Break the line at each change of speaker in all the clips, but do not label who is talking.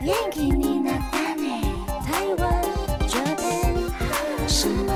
元気になったね台湾这边什么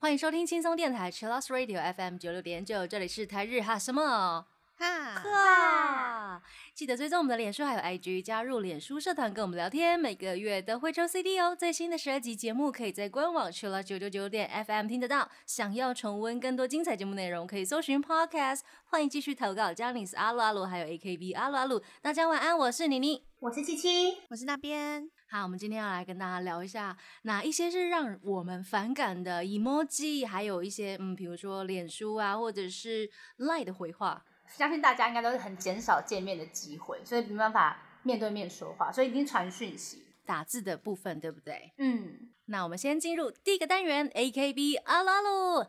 欢迎收听轻松电台 Chillus Radio FM 九六点九，这里是台日哈什么
哈，
哈，记得追踪我们的脸书还有 IG，加入脸书社团跟我们聊天，每个月都会抽 CD 哦。最新的十二集节目可以在官网 Chillus 九九九点 FM 听得到，想要重温更多精彩节目内容，可以搜寻 Podcast。欢迎继续投稿 j a n i c e 阿鲁阿鲁还有 AKB 阿鲁阿鲁，大家晚安，我是妮妮。
我是七七，
我是那边
好，我们今天要来跟大家聊一下哪一些是让我们反感的 emoji，还有一些嗯，比如说脸书啊，或者是 Line 的回话。
相信大家应该都是很减少见面的机会，所以没办法面对面说话，所以一定传讯息。
打字的部分，对不对？
嗯，
那我们先进入第一个单元，A K B 阿鲁阿鲁。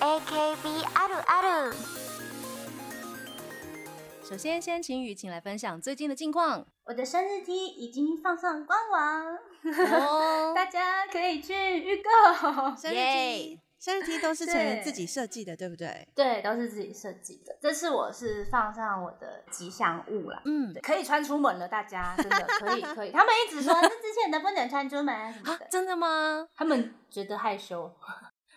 AKB あるある
首先，先请雨晴来分享最近的近 况。
我的生日 T 已经放上官网，
哦
大家可以去预购。
生日 T，生日 T 都是成员自己设计的，对不对？
对，都是自己设计的。这次我是放上我的吉祥物啦，
嗯，
可以穿出门了，大家真的可以可以。他们一直说 这之前的不能穿出门什么
啊
的，，
真的吗？
他们觉得害羞。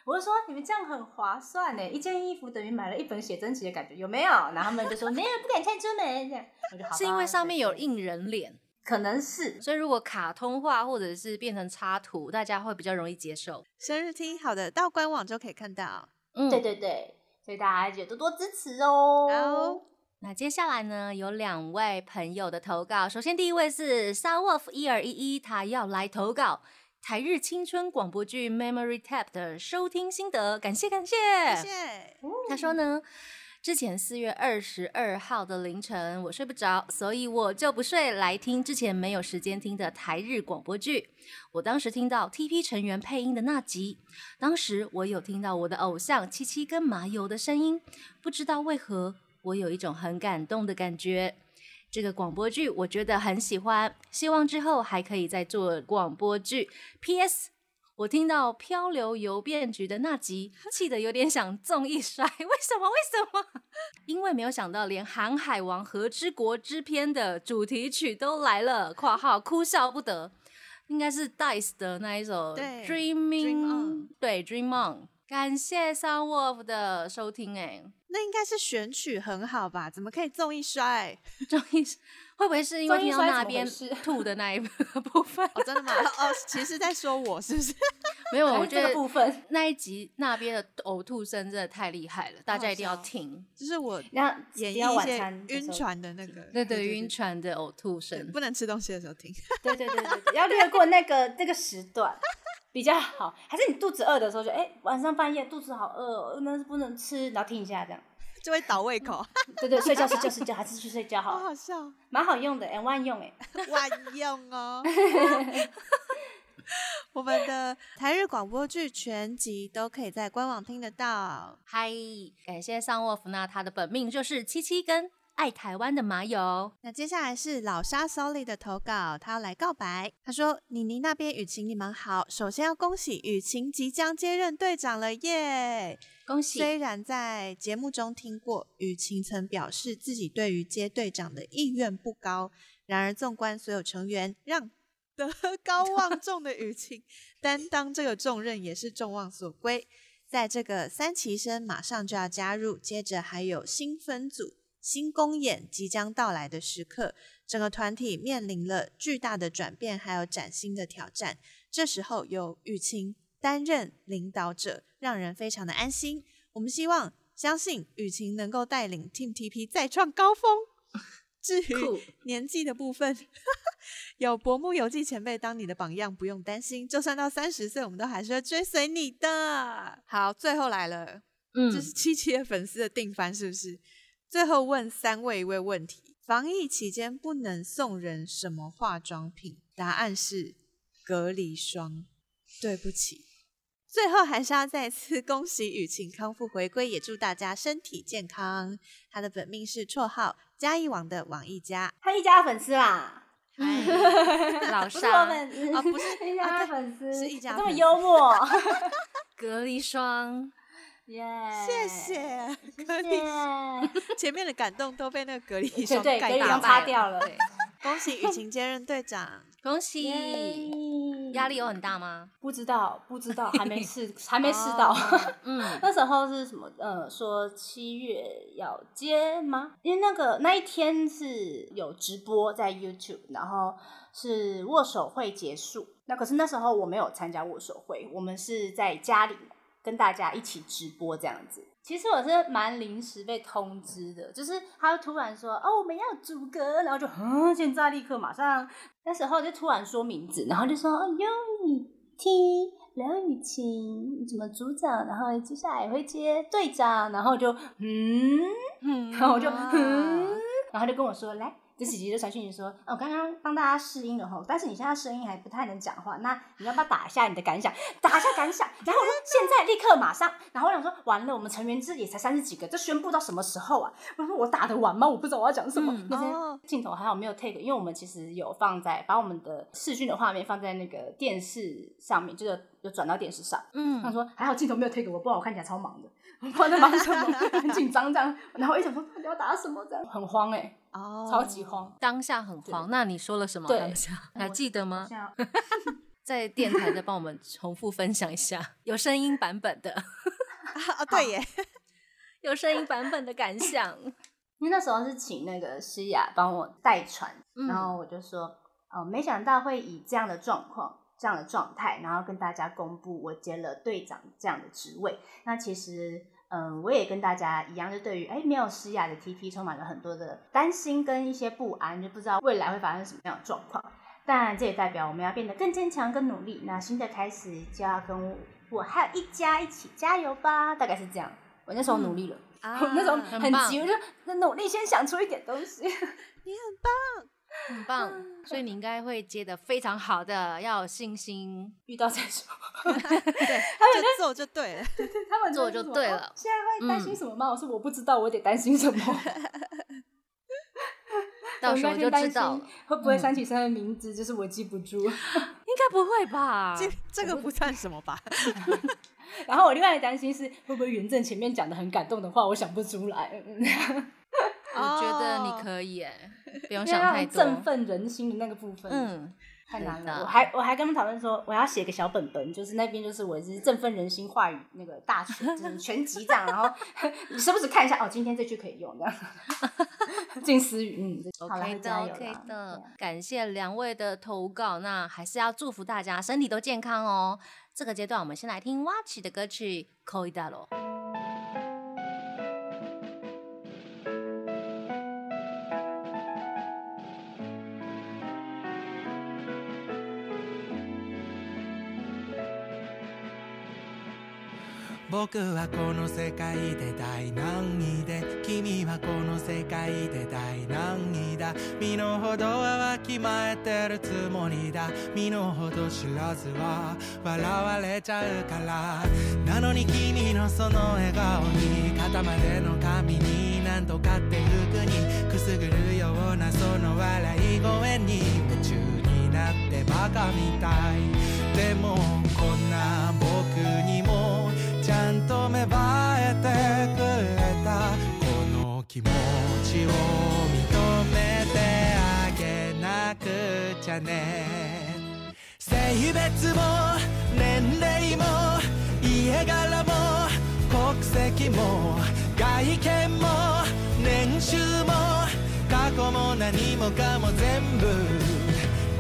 我就说你们这样很划算欸呢，一件衣服等于买了一本写真集的感觉，有没有？然后他们就说没有，不敢穿出门。这样我就好吧
是因为上面有
再见
印嗯人脸，
可能是
所以如果卡通化或者是变成插图，大家会比较容易接受。
生日 T，好的，到官网就可以看到。
嗯
对对对，所以大家就多多支持哦。
好
那接下来呢，有两位朋友的投稿。首先，第一位是 s a w o l f 一二一一，他要来投稿台日青春广播剧《Memory Tap》的收听心得，感谢感谢。
谢谢。
他说呢，之前四月二十二号的凌晨我睡不着，所以我就不睡来听之前没有时间听的台日广播剧。我当时听到 TP 成员配音的那集，当时我有听到我的偶像七七跟麻油的声音，不知道为何我有一种很感动的感觉。这个广播剧我觉得很喜欢，希望之后还可以再做广播剧。P.S. 我听到《漂流邮便局》的那集，气得有点想纵一摔。为什么？为什么？ 因为没有想到，连《航海王和之国之篇》的主题曲都来了（括号哭笑不得），应该是 Dice 的那一首《
对
Dreaming
Dream On
对 Dream On。感谢 Sun Wolf 的收听、哎，
那应该是选曲很好吧？怎么可以纵一摔？
终于是会不会是因为
终于
听到
摔
那
怎么回
边
事
吐的那一部分？
哦，真的吗？哦，其实在说我是不 是？
没有，
还
我
是
觉
这个
得
部分，
那一集那边的呕吐声真的太厉害了，大家一定要听。
就是我
那
演
只要
绎一
晚
些
餐的时
晕
候，
船的那个，
对对，晕，船的呕吐
对
声。
不能吃东西的时候听。
对对对对，对要略过那个那个时段。比较好，还是你肚子饿的时候就哎、晚上半夜肚子好饿哦，那是不能吃，然后听一下这样。
就会倒胃口，
对对，睡觉睡觉睡觉，还是去睡觉
好
好了，
好笑，
蛮好用的，N one 用哎。
万用哦。我们的台日广播剧全集都可以在官网听得到。
嗨，感谢桑沃夫娜，她的本命就是七七跟爱台湾的麻友。
那接下来是老沙 Solly 的投稿，他要来告白。他说：“妮妮那边雨晴，你们好。首先要恭喜雨晴即将接任队长了耶！
恭喜！
虽然在节目中听过雨晴曾表示自己对于接队长的意愿不高，然而纵观所有成员，让 德高望重的雨晴担当这个重任也是众望所归。在这个三旗生马上就要加入，接着还有新分组、新公演即将到来的时刻，整个团体面临了巨大的转变，还有崭新的挑战。这时候由雨晴担任领导者，让人非常的安心。我们希望、相信雨晴能够带领 Team TP 再创高峰。至
酷
于 年纪的部分， 有薄木游记前辈当你的榜样，不用担心。就算到三十岁，我们都还是会追随你的。好，最后来了，
嗯
这，是七七的粉丝的定番，是不是？最后问三位一位问题：防疫期间不能送人什么化妆品？答案是隔离霜。对不起。最后还是要再次恭喜雨晴康复回归，也祝大家身体健康。她的本命是绰号嘉义网的网一家。
他一家粉丝啦，
哎
老
不是我
沙
们
啊不是
一
啊
家
对
粉丝，
是一家
这么
粉丝
幽默，
隔离霜，
耶！
谢谢格
哎谢
力
谢，
前面的感动都被那个格力
对
熊
对，
盖
给你
大
刚
吧。
擦掉了，
恭喜雨晴接任队长，
恭喜！
耶
压力有很大吗？
不知道，不知道，还没试，还没试到。
哦
嗯，
那时候是什么？呃，说七月要接吗？因为那个那一天是有直播在 YouTube，然后是握手会结束。那可是那时候我没有参加握手会，我们是在家里跟大家一起直播这样子。其实我是蛮临时被通知的，就是他突然说哦我们要组阁，然后就嗯，现在立刻马上，那时候就突然说名字，然后就说哦哟你 T 梁雨晴什么组长，然后接下来会接队长，然后就嗯，
嗯
然后我就
哇
嗯，然后就跟我说来。这几集就传讯息说，哦，我刚刚帮大家试音了吼，但是你现在声音还不太能讲话，那你要不要打一下你的感想？打一下感想，然后我说现在立刻马上，然后我想说完了，我们成员制也才三十几个，这宣布到什么时候啊？我说我打得完吗？我不知道我要讲什么
嗯。
那
哦
些镜头还好没有 take，因为我们其实有放在把我们的视讯的画面放在那个电视上面，就是有转到电视上。他
嗯，
说还好镜头没有 take 我，不然我看起来超忙的，我不知道在忙什么，很紧张这样。然后我一想说到底要打什么这样，很慌哎、
哦，
超级慌。
当下很慌。那你说了什么？
对
当下 还记得吗？
像
在电台再帮我们 重复分享一下，有声音版本的，
啊！对耶，
有声音版本的感 想。
因为那时候是请那个诗雅帮我代传，
嗯
然后我就说，哦，没想到会以这样的状况、这样的状态，然后跟大家公布我接了队长这样的职位。那其实，嗯，我也跟大家一样，就对于哎没有诗雅的 TP 充满了很多的担心跟一些不安，就不知道未来会发生什么样的状况。但这也代表我们要变得更坚强、更努力。那新的开始就要跟我我还有一家一起加油吧，大概是这样。我那时候努力了。
啊
我那时候
很
很
棒
急，我就很努力先想出一点东西。
你很棒，
很 棒，所以你应该会接的非常好的，要有信心。
遇到再 说，哎
对，就做就对了。
他们
做
会
就
说
对
哦
了
现在会担心
嗯
什么吗？我说我不知道，我得担心什么？
到
我
时候
那
就
天担
知道了，嗯
心会不会想起生的名字，就是我记不住。
应该不会吧？
啊
这这个不算什么吧？
然后我另外的担心是会不会元正前面讲的很感动的话，我想不出 来，嗯
我觉得
哦
你可以耶，不用
因为
想
那
太
种
多。
振奋人心的那个部分，，
嗯，
太难
真
了。
的
我还我还跟他们讨论说，我要写个小本本，就是那边就是我是振奋人心话语那个大全，就是全集这样。 然后你时不时看一下，哦，今天这句可以用这样。近思语，嗯好啦
OK 的
加油啦
，OK
对
的
啊，
感谢两位的投稿，那还是要祝福大家身体都健康哦。这个阶段我们先来听 Watch 的歌曲《c o i d a r o
僕はこの世界で大難儀で君はこの世界で大難儀だ身の程はわきまえてるつもりだ身の程知らずは笑われちゃうからなのに君のその笑顔に肩までの髪に何とかって服にくすぐるようなその笑い声に夢中になってバカみたいでもこんな僕にもちゃんと芽生えてくれたこの気持ちを認めてあげなくちゃね性別も年齢も家柄も国籍も外見も年収も過去も何もかも全部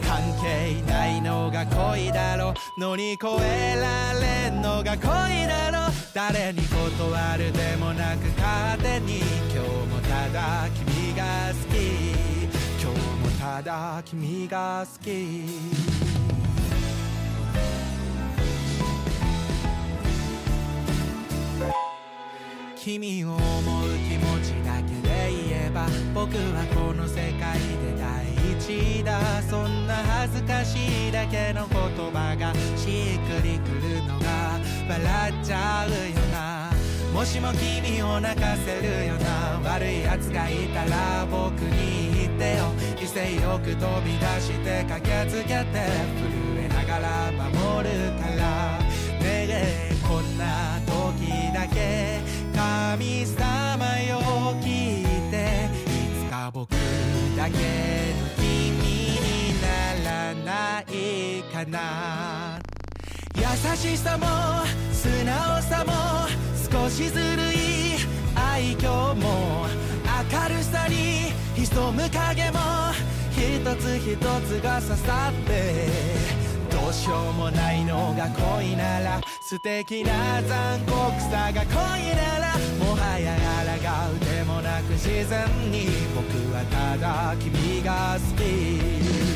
関係ないのが恋だろ乗り越えられんのが恋だろ誰に断るでもなく勝手に今日もただ君が好き今日もただ君が好き君を思う気持ちだけで言えば僕はこの世界で第一だそんな恥ずかしいだけの言葉がしっくりくるのが笑っちゃうよなもしも君を泣かせるよな悪い奴がいたら僕に言ってよ威勢よく飛び出して駆けつけて震えながら守るからねえこんな時いだけ神様よ聞いていつか僕だけの君にならないかな優しさも素直さも少しずるい愛嬌も明るさに潜む影も一つ一つが刺さってどうしようもないのが恋なら素敵な残酷さが恋ならもはや抗うでもなく自然に僕はただ君が好き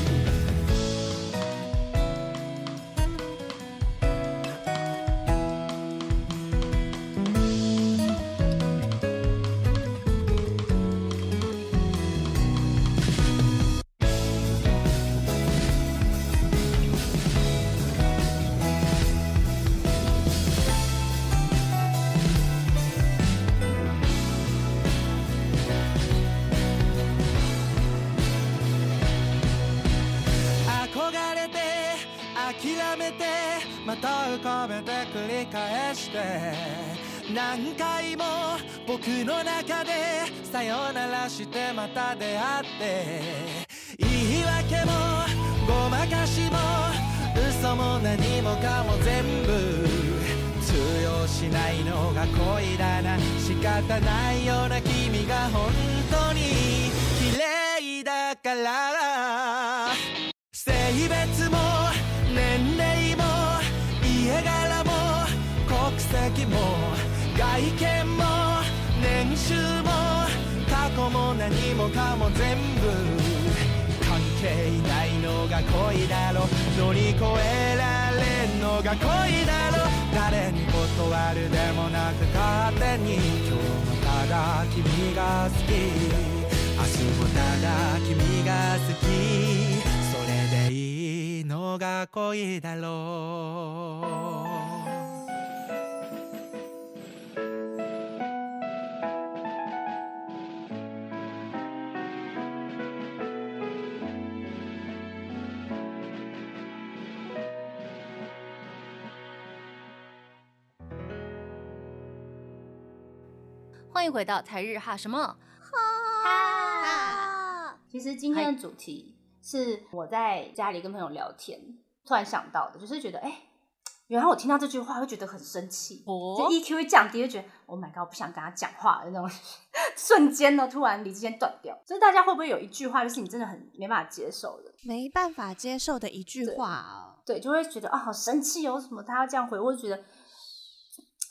憧れて諦めてまた浮かべて繰り返して何回も僕の中でさよならしてまた出会って言い訳もごまかしも嘘も何もかも全部通用しないのが恋だな仕方ないような君が本当に綺麗だから性別も年齢も家柄も国籍も外見も年収も過去も何もかも全部関係ないのが恋だろ乗り越えられんのが恋だろ誰に断るでもなく勝手に今日もただ君が好き明日もただ君が好きそれでいいのが恋だろう
欢迎回到台日哈什么？
啊哈其实今天的主题是我在家里跟朋友聊天，突然想到的，就是觉得哎。原来我听到这句话会觉得很生气，
哦
就 EQ 会降低，就觉得 Oh my god，我不想跟他讲话的那种 瞬间呢，突然理智线断掉。就是大家会不会有一句话，就是你真的很没办法接受的？
没办法接受的一句话哦。
对，就会觉得啊、好生气哦，为什么他要这样回？我就觉得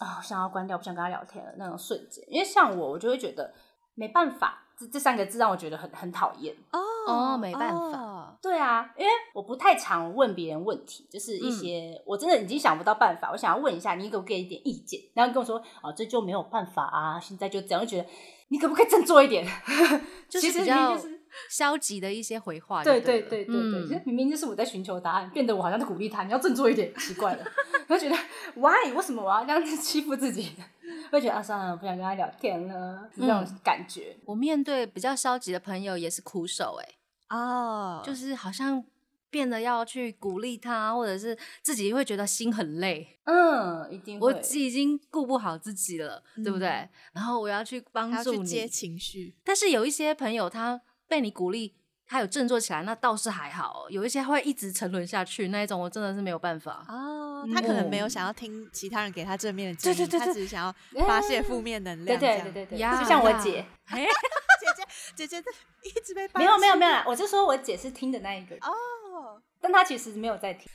啊、想要关掉，不想跟他聊天了那种瞬间。因为像我，我就会觉得没办法，这这三个字让我觉得很很讨厌。
哦没办法
法，
对啊，因为我不太常问别人问题，就是
嗯
一些、我真的已经想不到办法，我想要问一下，你给我给一点意见，然后你跟我说啊，这就没有办法啊，现在就这样，就觉得你可不可以振作一点？
就是
其实
比
明明
较
就是。
消极的一些回话就
对
对
对
了
对对对，
嗯
其实明明就是我在寻求答案，变得我好像在鼓励他，你要振作一点，奇怪了， 我就觉得 why 为什么我要这样子欺负自己？ 会觉得啊，算了，我不想跟他聊天了，这种
嗯
感觉。
我面对比较消极的朋友也是苦手哎、
哦，
就是是好像变得要去鼓励他，或者是自己会觉得心很累，
嗯，一定会。
我自己已经顾不好自己了，对不对
嗯？
然后我要去帮
还要
助
去
你，
接情绪，
但是有一些朋友他被你鼓励，他有振作起来，那倒是还好哦。有一些会一直沉沦下去那一种，我真的是没有办法。
哦，他可能没有想要听其他人给他正面的建议，
嗯对对对哎
他只是想要发泄负面能
对对
量。这
对
样
对对，
呀
就像我
呀
姐，
哎，
姐姐姐 姐在一直被
没有没有没
有
有啦，我就说我姐是听的那一个，
哦，
但她其实没有在听，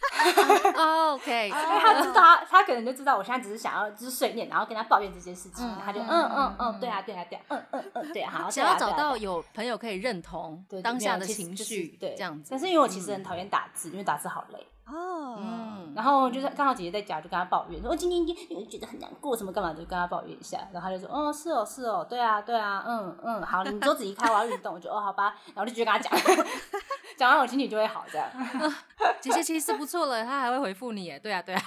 哦 OK，
因为她知道她她可能就知道我现在只是想要就是碎念，然后跟她抱怨这件事情，
嗯
她就
嗯
嗯嗯
嗯
嗯，对啊对啊对啊，嗯嗯嗯对啊，好，
想
对
要
啊
找
对啊
到
对啊
有朋友可以认同
对对
当
没
下
有
的
其实
情
就是
绪，
对
这样子。
但是因为我其实很讨厌打字，因为打字好累，
哦，
嗯，
然后就是刚好姐姐在家，就跟她抱怨说，我哦今天又觉得很难过，什么干嘛，就跟她抱怨一下。然后她就说，哦，是哦，是哦，对啊，对啊，嗯嗯，好，你桌子移开，我要运动。我就哦，好吧，然后就继续跟她讲，讲完我心情就会好，这样。
姐姐其实不错了，她还会回复你耶。对啊，对啊，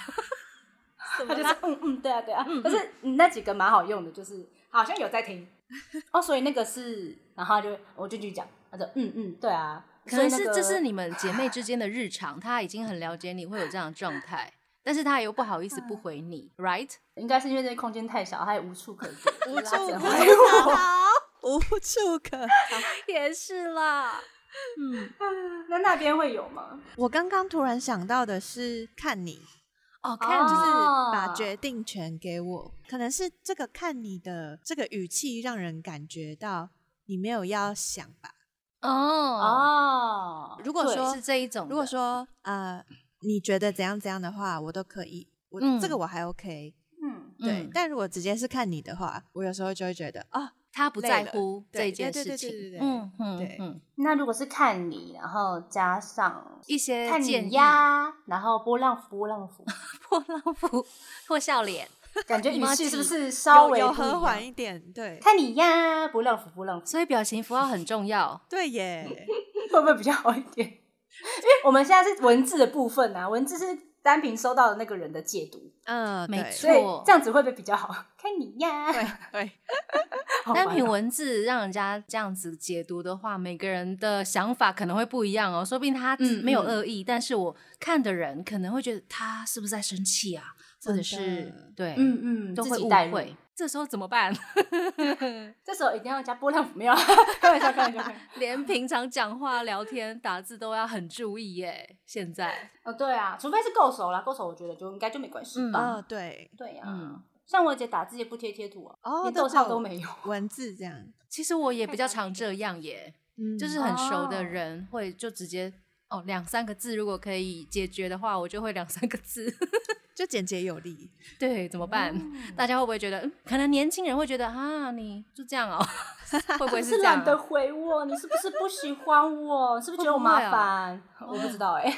她 就说，嗯嗯，对啊，对啊。可是你那几个蛮好用的，就是好像有在听。 哦，所以那个是，然后她就我就继续讲，她说，嗯嗯，对啊。
可能
所以
是
那个
这是你们姐妹之间的日常，她已经很了解你会有这样的状态。但是他又不好意思不回你、r i g h
应该是因为这空间太小，他也无处可 去，
无处
可
可
回
逃
我。，
无处可。
t 也是啦，嗯，
那那边会有吗？
我刚刚突然想到的是看你，
哦，
哦
看
就是
你
把决定权给我。可能是这个看你的这个语气，让人感觉到你没有要想吧。
哦
哦，
如果
对
说
是这一种的。
如果说呃，你觉得怎样怎样的话，我都可以，我、
嗯
这个我还 OK。
嗯，
对，
嗯
但如果直接是看你的话，我有时候就会觉得啊、
他不
累
在
了
乎
对
这件
对对
事
对对
情
对，
嗯嗯
对
嗯，
那如果是看你，然后加上
一些
看
建
你
议
呀，然后波浪符波浪符，
破浪符破笑脸，
感 觉语
Emoji
气是不是稍微
有有
不一样
和缓一点，对
看你呀，波浪符波浪符
所以表情符号很重要。
对耶，
会不会比较好一点？因为我们现在是文字的部分啊，文字是单凭收到的那个人的解读，
嗯，
没
对
错
所以这样子会不会比较好？ 看你呀，
对对，
好
单
烦
凭
哦
文字让人家这样子解读的话，每个人的想法可能会不一样哦。说不定他
嗯
没有
嗯
恶意，但是我看的人可能会觉得他是不是在生气啊，或者
真
是
的
对，
嗯嗯，
都
自
会
己
误
带入。
会。这时候怎么办？
这时候一定要加波浪符， 没有，开玩笑，开玩笑。开玩笑
连平常讲话、聊天、打字都要很注意耶。现在，
哦，对啊，除非是够熟啦，够熟我觉得就应该就没关系
嗯
吧。
哦对，
对呀、
嗯
像我姐打字也不贴贴图啊，
哦，
连
都
逗
只
号都没有。
文字这样，
其实我也比较
太常
常这样耶。
嗯，
就是很熟
哦
的人会就直接哦两三个字，如果可以解决的话，我就会两三个字。
就简洁有力，
对，怎么办？
哦
大家会不会觉得，嗯可能年轻人会觉得啊，你就这样哦， 会不会
你
这
是
样
懒得
啊？
回我，你是不是不喜欢我？ 你是不是觉得我麻烦？我不知道哎、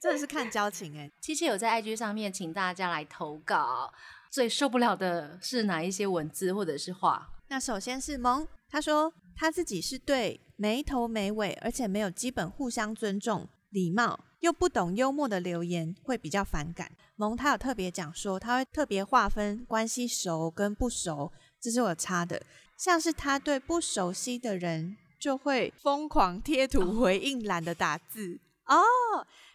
真的是看交情哎，
七七有在 IG 上面请大家来投稿，最受不了的是哪一些文字或者是话？
那首先是萌，他说他自己是对没头没尾，而且没有基本互相尊重、礼貌，又不懂幽默的留言会比较反感。萌他有特别讲说，他会特别划分关系熟跟不熟，这是我插的。像是他对不熟悉的人就会疯狂贴
哦
图回应，懒得打字哦。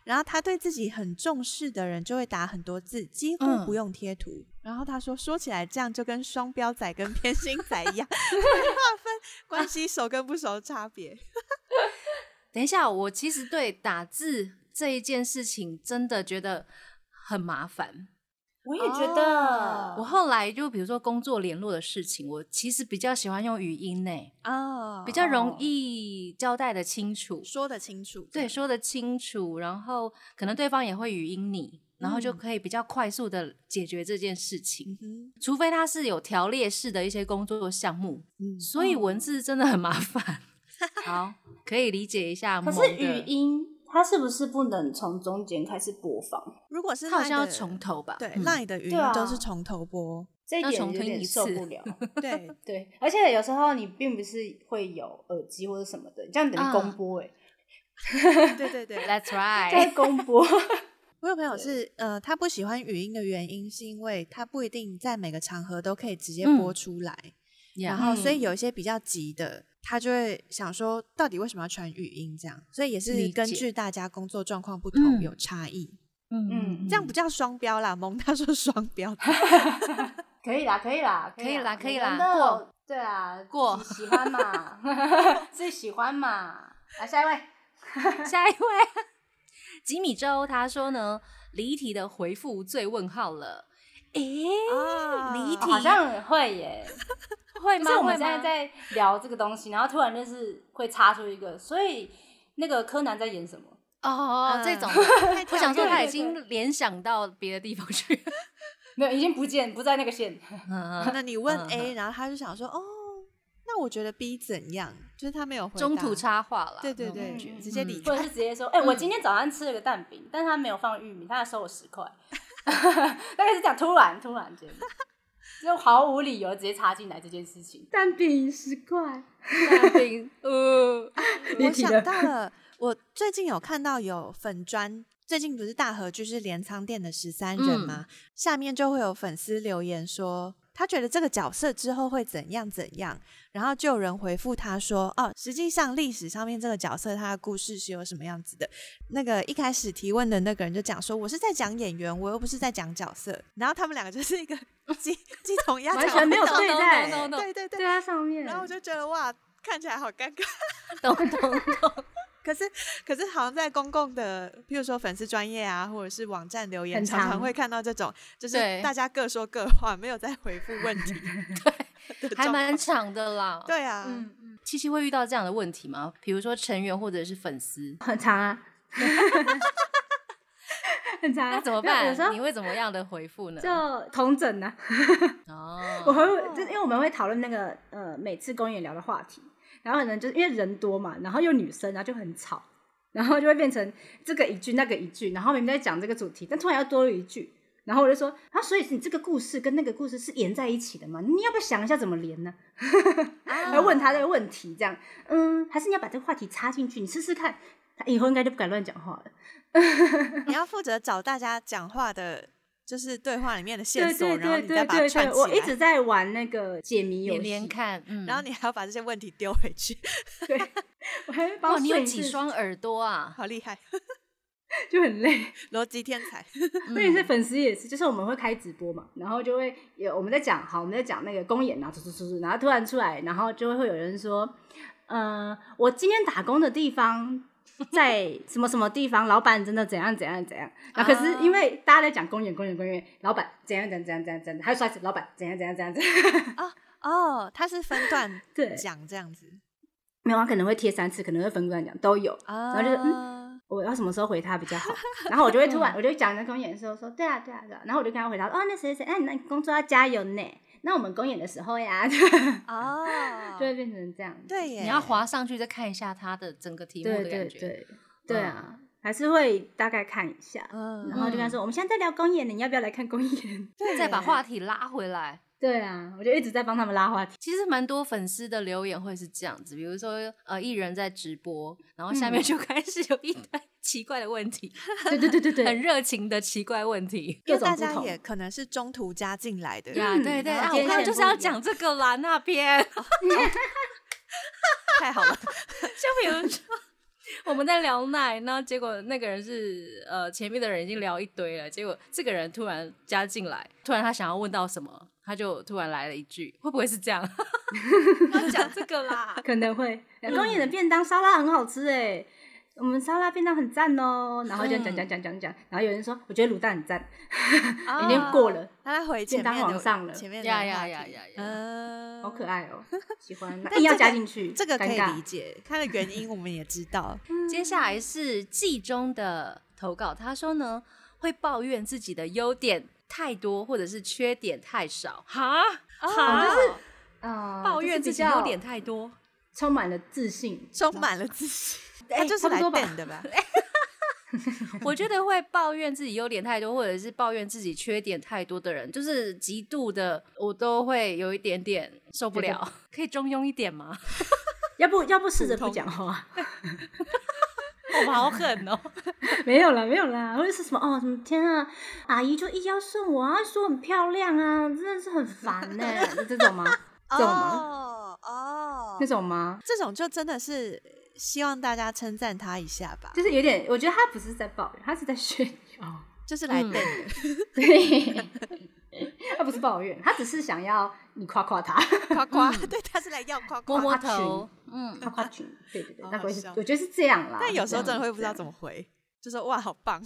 然后他对自己很重视的人就会打很多字，几乎
嗯
不用贴图。然后他说，说起来这样就跟双标仔跟偏心仔 一样，会划分关系熟跟不熟差别。
等一下，我其实对打字这一件事情真的觉得很麻烦。
我也觉得，
哦
我后来就比如说工作联络的事情，我其实比较喜欢用语音呢、
哦
比较
哦
容易交代的清楚，
说得清楚。
对，说的清楚，然后可能对方也会语音你，然后就
嗯
可以比较快速的解决这件事情。
嗯哼，
除非他是有条列式的一些工作项目，
嗯，
所以文字真的很麻烦。好，可以理解一下
可
萌的。
是语音它是不是不能从中间开始播放？
如果是
他好像
Line
要
的
从头吧？
对
嗯
Line 的语音
对啊
都是从头播，
这一
要
点
重
有
听
点
一
受
次
不了。
对，
对，而且有时候你并不是会有耳机或者什么的，这样等
啊
于公播哎、
对对对。
，That's
这
right。
是公 播。
我有朋友是呃，他不喜欢语音的原因是因为他不一定在每个场合都可以直接播出来，然
嗯呀嗯
后所以有一些比较急的，他就会想说，到底为什么要传语音这样？所以也是
理解
根据大家工作状况不同
嗯
有差异，
嗯
嗯
这样不叫双标啦。蒙他说双标，
可以啦，可以啦，
可以啦可以啦
每个人都有
过
对啊，
过
自己喜欢嘛， 自己喜欢嘛。来下一位，
下一位，啊吉米周他说呢，离题的回复最问号了。诶、
啊
离
哦
题
好像会耶，
会
就是我
会
们
吗？
现在在聊这个东西，然后突然就是会插出一个，所以那个柯南在演什么？
哦，
嗯
这 种
太
我
跳
想说嗯
跃
他
了
已经联想到别的地方去。
没有，已经不见，不在那个线。
可
嗯
能你问
嗯
A，、然后他就想说，哦，那我觉得 B 怎样？就是他没有回答
中途，插话了，
对对
那种
对
感觉，
直接离
嗯
或者
开。
是直接说，哎、我今天早上吃了个蛋饼，但他没有放玉米，他还收我十块， 大概是这样，突然突然 间，就毫无理由直接插进来这件事情。蛋饼十块，
蛋饼， 呃，
我想到了，我最近有看到有粉砖，最近不
嗯
是大和剧是镰仓店的十三人吗？下面就会有粉丝留言说。他觉得这个角色之后会怎样怎样，然后就有人回复他说：“哦，实际上历史上面这个角色他的故事是有什么样子的。”那个一开始提问的那个人就讲说：“我是在讲演员，我又不是在讲角色。”然后他们两个就是一个 鸡鸡同鸭讲，
完全没有
懂
对
懂
待
懂懂
对对对
对。啊，上面。
然后我就觉得哇，看起来好尴尬。
懂懂懂懂，
可是，可是好像在公共的，譬如说粉丝专业啊，或者是网站留言，
很
常常
长
会看到这种，就是
对
大家各说各话，没有在回复问题的状况。
还蛮长的啦。，
对啊，
嗯嗯，
七七会遇到这样的问题吗？比如说成员或者是粉丝，
很长啊，很长、啊。
那怎么
没有
办
有时？
你
候
会怎么样的回复呢？
就同整啊，我
哦，
还会就是因为我们会讨论那个呃每次公演聊的话题，然后可能就是因为人多嘛，然后又女生，然后就很吵，然后就会变成这个一句那个一句，然后明明在讲这个主题，但突然又多了一句，然后我就说啊，所以你这个故事跟那个故事是连在一起的吗？你要不要想一下怎么连呢？
啊
然后问他这个问题，这样，嗯，还是你要把这个话题插进去，你试试看，他以后应该就不敢乱讲话了。
你要负责找大家讲话的，就是对话里面的线
对
索，
对
然后
对
你再
对
把它
对
串
对，
起来。
我一直在玩那个解谜游
连
戏，
连看，嗯，
然后你还要把这些问题丢回去，
对， 我还会帮
哇，你有
摄影
几
师
双耳朵啊？
好厉害，
就很累。
逻辑天才。
所以是粉丝也是，就是我们会开直播嘛，然后就会有我们在讲，好，我们在讲那个公演啊，突突突突，然后突然出来，然后就会有人说，呃，我今天打工的地方在什么什么地方，老板真的怎样怎样怎样。啊，可是因为大家在讲公演公演公演，老板怎样怎样怎样怎样怎样，还有说老板怎样怎样怎样 怎样，
哦，他是分段
对
讲这样子
没有，他可能会贴三次，可能会分段讲，都有。
啊，
后就是我要什么时候回他比较好？然后我就会
嗯
突然，我就讲那公演的时候说，对啊，对啊，对啊。然后我就跟他回答，哦，那谁谁，哎，那你工作要加油呢。那我们公演的时候呀， 就
哦，
会变成这样。
对耶，
你要滑上去再看一下它的整个题目
对
的
对
感觉。嗯
对对啊，还是会大概看一下，
嗯，
然后就跟他说，我们现在在聊公演呢，你要不要来看公演？
对
再把话题拉回来。
对啊，我就一直在帮他们拉话题。
其实蛮多粉丝的留言会是这样子，比如说呃，艺人在直播，然后
嗯
下面就开始有一堆 奇怪的问题，
对对对
很
对对，
热情的奇怪问题。
因
各
为大
种不
家
同
也。可能是中途加进来的，
呀、
嗯
对对
然
啊，
后
我
今天
刚刚
线
就是
不
要
一样
讲这个啦，那 边
太好了。
就比如说。我们在聊奶，然后结果那个人是呃前面的人已经聊一堆了，结果这个人突然加进来，突然他想要问到什么，他就突然来了一句，会不会是这样？要讲这个啦，
可能会。
嗯
公演的便当沙拉很好吃哎，我们沙拉便当很赞哦。然后就讲讲讲讲讲，然后有人说我觉得卤蛋很赞，
嗯
已经过了，
啊他回前
便当
面的
往上了
前面的
呀呀
话
呀
题
呀呀
嗯，
好可。爱哦，喜欢。
但
硬要
这个
加进去，
这个可
尴
以理
尬。
解，它的原因我们也知 道。
接下来是季中的投稿，他说呢会抱怨自己的优点太多，或者是缺点太少。哦哈，哈，
啊
抱怨自己优点，太多。
充满了自信。
充满了自信，他
哎
就是
差不
来
多吧哎
变 的吧？
我觉得会抱怨自己优点太多，或者是抱怨自己缺点太多的人，就是极度的，我都会有一点点受不了。可以中庸一点吗？
要不要不试着不讲话？
我们好狠哦！
没有啦，没有啦，或者是什么哦？什么天啊，阿姨就一腰顺我啊，说很漂亮啊，真的是很烦呢， 这种吗？这种吗？
哦哦
那，种吗？
这种就真的是希望大家称赞他一下吧，
就是有点，我觉得他不是在抱怨，他是在炫耀。
就是来
嗯
变的，
对， 他不是抱怨，他只是想要你夸夸他，
夸夸，嗯对，他是来要夸
摸
夸。
摸头，嗯，
夸夸群。对对对，
好
那会
好
是
笑
我觉得是这样啦。
但有时候
这
真的
样
会不知道怎么回，就说哇，好棒，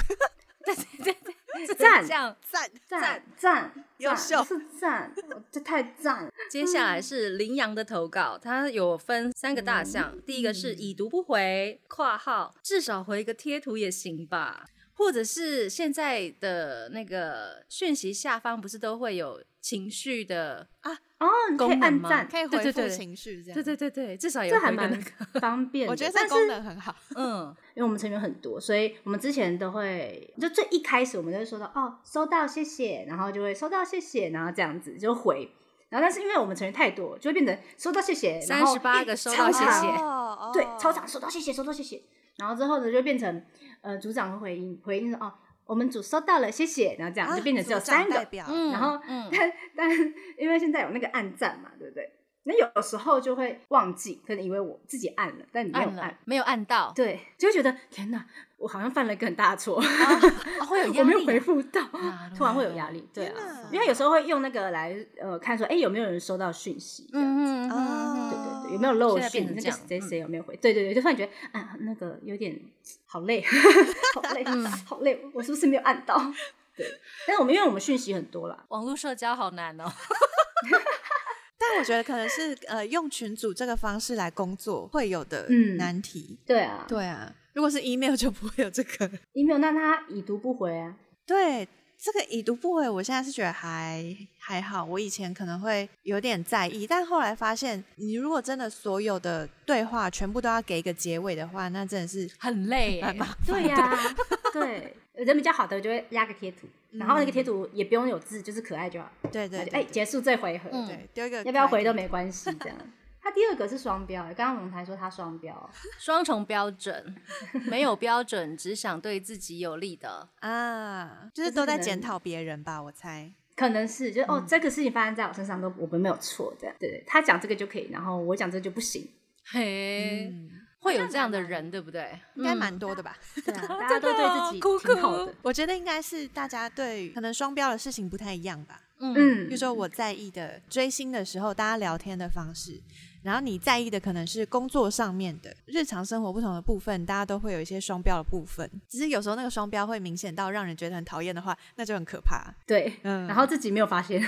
对对对对， 就是
赞
这样。
赞
赞赞
优秀
赞是赞，我这太赞了。
接下来是羚羊的投稿，它有分三个大项，
嗯
第一个是已读不回（括号至少回个贴图也行吧），或者是现在的那个讯息下方不是都会有情绪的，
哦，你可
功
以
能
按
吗
赞，
可以
对
回
对
复
对
情绪这样。
对对对对，至少有
这还
回个那
蛮
个，
方便的。
我觉得
但
这
是
功能很好。
嗯，
因为我们成员很多，所以我们之前都会，就最一开始我们都会说到哦，收到谢谢，然后就会收到谢谢，然后这样子就回。然后但是因为我们成员太多，就会变成收到谢谢，然后
38个
一
收到
超
谢
长
谢
哦
对，超长收到谢谢，收到谢谢。然后之后呢，就变成呃，组长会回应回应说哦，我们组收到了，谢谢，然后这样
啊
就变成只有
组长
三
代
个，
表，
嗯
然后
嗯
但但因为现在有那个暗赞嘛，对不对？那有时候就会忘记，可能以为我自己按了， 但你没有
按
按，
了没有按到，
对，就会觉得天哪，我好像犯了一个很大的错，
哦会有压
我没
力
有回
啊嗯
复到
なるほ，ど
突然会有压力，对
天
啊
哪，
因为有时候会用那个来呃看说，哎，有没有人收到讯息？这样
嗯
哦
嗯嗯嗯
啊
嗯
对对对，有没有漏
现在变
讯？
成这
那个
样
谁
嗯
谁有没有回？对对对，就突然觉得啊，那个有点好累， 好累，好累，我是不是没有按到？ 对，但是我们因为我们讯息很多啦，
网络社交好难哦。
但我觉得可能是呃用群组这个方式来工作会有的
嗯
难题。
对啊，
对啊，如果是 email 就不会有 这个。
email 那他已读不回啊，
对，这个已读不回，我现在是觉得还还好。我以前可能会有点在意，但后来发现，你如果真的所有的对话全部都要给一个结尾的话，那真的是
很累耶，
对呀、 对，人比较好的就会压个贴图，然后那个贴图也不用有字，就是可爱就好。
对对
那就
对
哎，结束这回合，
嗯
对，呃丢一个
要不要回都
快递
没关系，这样。他第二个是双标，欸刚刚我们才说他双标，
双重标 准，没有标准，只想对自己有利 的。
啊，就是
就是
都在
可能
检讨别人吧，我猜。
可能是就是哦，这个事情发生在我身上都我们没有错，这样对对，他讲这个就可以，然后我讲这个就不行，
嘿，
嗯，
会有这样的人，对不对？
应该
嗯
蛮多的吧？
对啊，大家都对自己
哦
哭
挺好的，
我觉得应该是大家对可能双标的事情不太一样吧。
嗯
比
嗯
如，说我在意的追星的时候，大家聊天的方式，然后你在意的可能是工作上面的、日常生活不同的部分，大家都会有一些双标的部分。只是有时候那个双标会明显到让人觉得很讨厌的话，那就很可怕。
对，
嗯
然后自己没有发现，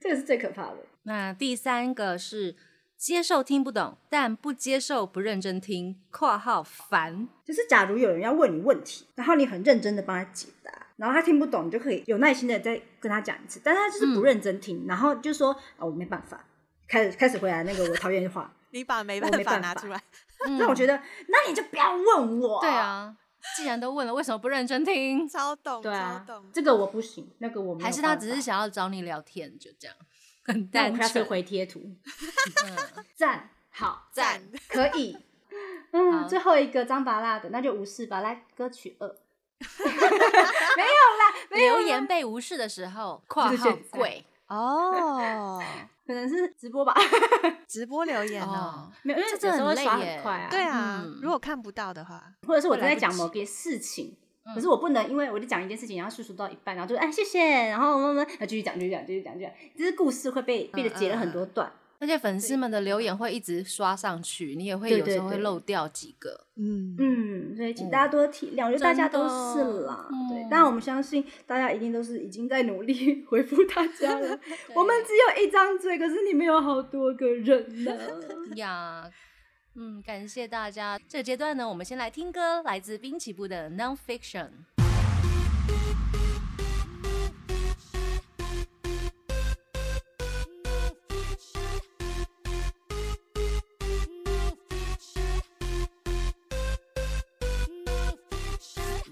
这个是最可怕的，
那第三个是接受听不懂，但不接受不认真听（括号烦
就是假如有人要问你问题，然后你很认真的帮他解答，然后他听不懂，你就可以有耐心的再跟他讲一次，但是他就是不认真听，然后就说哦我没办法，开始开始回来那个我讨厌的话，
你把没
我
办
没
法
办
拿
法
出来，
让我觉得那你就不要问我，）。
对，啊，既然都问了，为什么不认真听？
超懂，
对啊
超懂，。
这个我不行，那个我没有
还是他
办
只是
法
想要找你聊天，就这样，很
那
单
我下次
纯。
回贴图，
嗯
赞，好，
赞，
可以。
好
嗯，最后一个张巴拉的，那就无视吧，来歌曲二。没有啦，没有
留
啦，
言被无视的时候（括
就是
号
现在
贵
哦，
可能是直播吧，
直播留言）哦
哦，，
没有，因为
这
有
真的
时候
很
会
累
刷
耶
很快啊，
对啊，
嗯
如果看不到的话，
或者是我
会
正
来
在
不
讲
及
某件事情
嗯，
可是我不能因为我就讲一件事情，然后叙述到一半，然后就哎谢谢，然后慢慢然后继续讲，继续讲，继续讲，继续讲，这是故事会被被
嗯
解了
嗯
很多段，
而且粉丝们的留
嗯
言会一直刷上去，你也会有
对
时候会
对
漏掉几个。
嗯
嗯，所以请大家多体谅，我觉得大家都是啦。
真的
对
嗯，
当然我们相信大家一定都是已经在努力 回复大 家了。我们只有一张嘴，可是你们有好多个 人呢。
呀，嗯，感谢大家。这阶段呢，我们先来听歌，来自滨崎步的《Nonfiction》。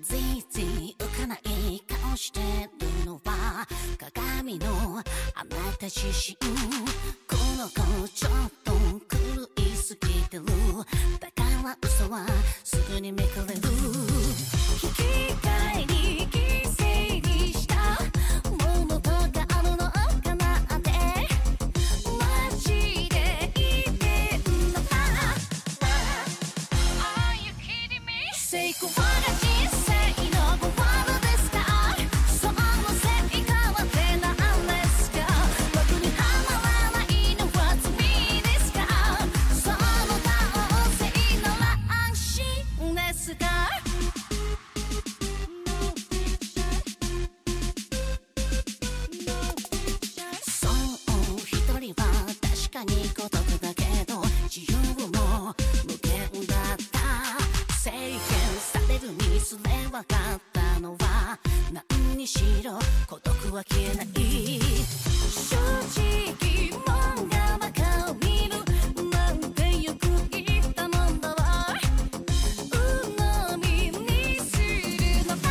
ついつい浮かない顔してるのは鏡のあなた自身この子ちょっと狂いすぎてるだから嘘はすぐにめくれる引き換えに犠牲にしたものとかあるのかなってマジで言ってんのか Are you kidding me? 成功は人生のゴールですかその成果は出なんですか僕にはまらないのは罪ですかその男性なら安心ですか No fiction No fiction そう一人は確かに孤独だけど自由も無限だった制限されるにすれ分かったのは何にしろ孤独は消えない正直もんがバカを見るなんてよく言ったもんだわ鵜呑みにするのだ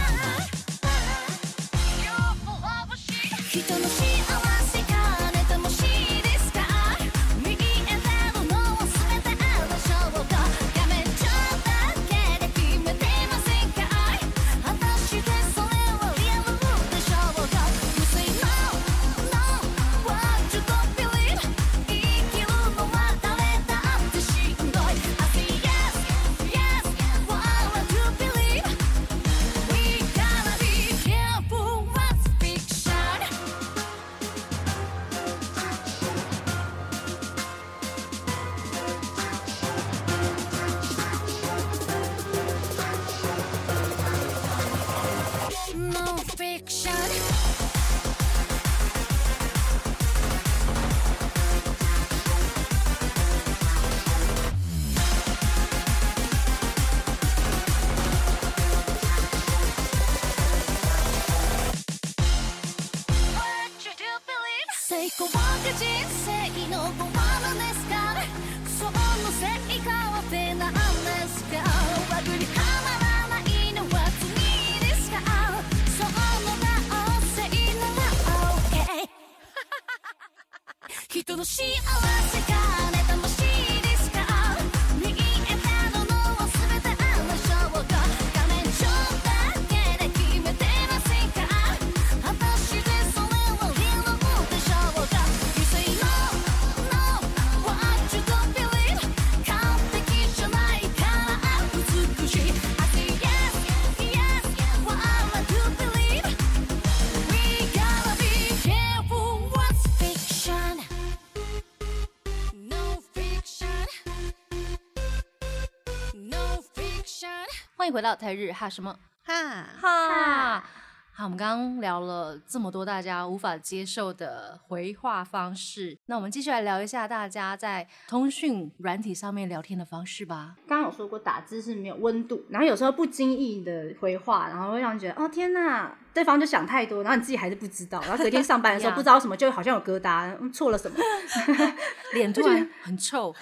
人の幸せがネタもしですか見えてるのは全てあるでしょうかやめちゃうだけで決めてませんか果たしてション成功は人生の5番ですかその成果はって何ですかバグにはまらないのは罪ですかその名をせいなら OK 人の幸せが妬ましいですか見えたものは全てあの証拠画面上だけで決めてませんか果たしてそれはリアルでしょうか You say no, no, what you don't believe 完璧じゃないから美しい I say yes, yes, what I do believe We gotta be careful what's fiction No fiction No fiction
欢迎回到台日哈什么
哈，
哈。好，我们刚刚聊了这么多大家无法接受的回话方式，那我们继续来聊一下大家在通讯软体上面聊天的方式吧。
刚刚有说过打字是没有温度，然后有时候不经意的回话，然后会让你觉得哦天呐，对方就想太多，然后你自己还是不知道，然后隔天上班的时
Yeah
候不知道什么，就好像有疙瘩，嗯错了 什么，
脸突 然很臭，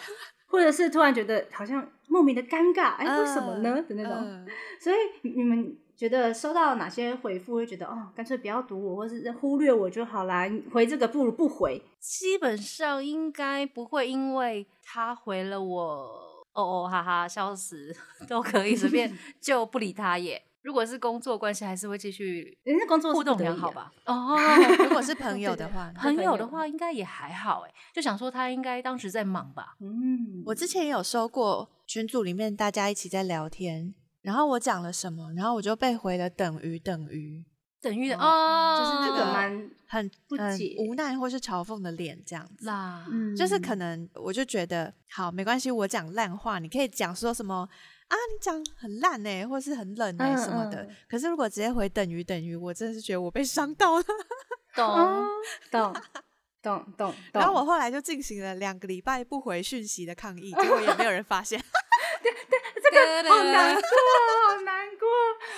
或者是突然觉得好像莫名的尴尬，哎、为什么呢
嗯
的那种。
嗯
所以你们觉得收到哪些回复会觉得哦，干脆不要读我，或是忽略我就好啦？你回这个不如不回。
基本上应该不会因为他回了我哦哦哈哈笑死 都可以随 便就不理他耶。如果是工作关系，还是会继续
人家工作是
互动
不得已啊
良好
的？
吧？哦，
呃如果是朋友的话，
朋
朋
友
友
的话应该也还好哎，就想说他应该当时在忙吧。
嗯，
我之前有收过群组里面大家一起在聊天，然后我讲了什么，然后我就被回了等于等于，
等于哦
哦，就是这
那
个
吗
蛮
很
不
很
解
无奈或是嘲讽的脸这样子。
啦，
嗯，
就是可能我就觉得好没关系，我讲烂话，你可以讲说什么啊，你讲很烂哎、或是很冷哎、
嗯
什么的。
嗯
可是如果直接回等于等于，我真的是觉得我被伤到了。
懂
嗯
哦。懂 懂懂懂。
然后我后来就进行了两个礼拜不回讯息的抗议，结果也没有人 发现，
这
好难过，好难过，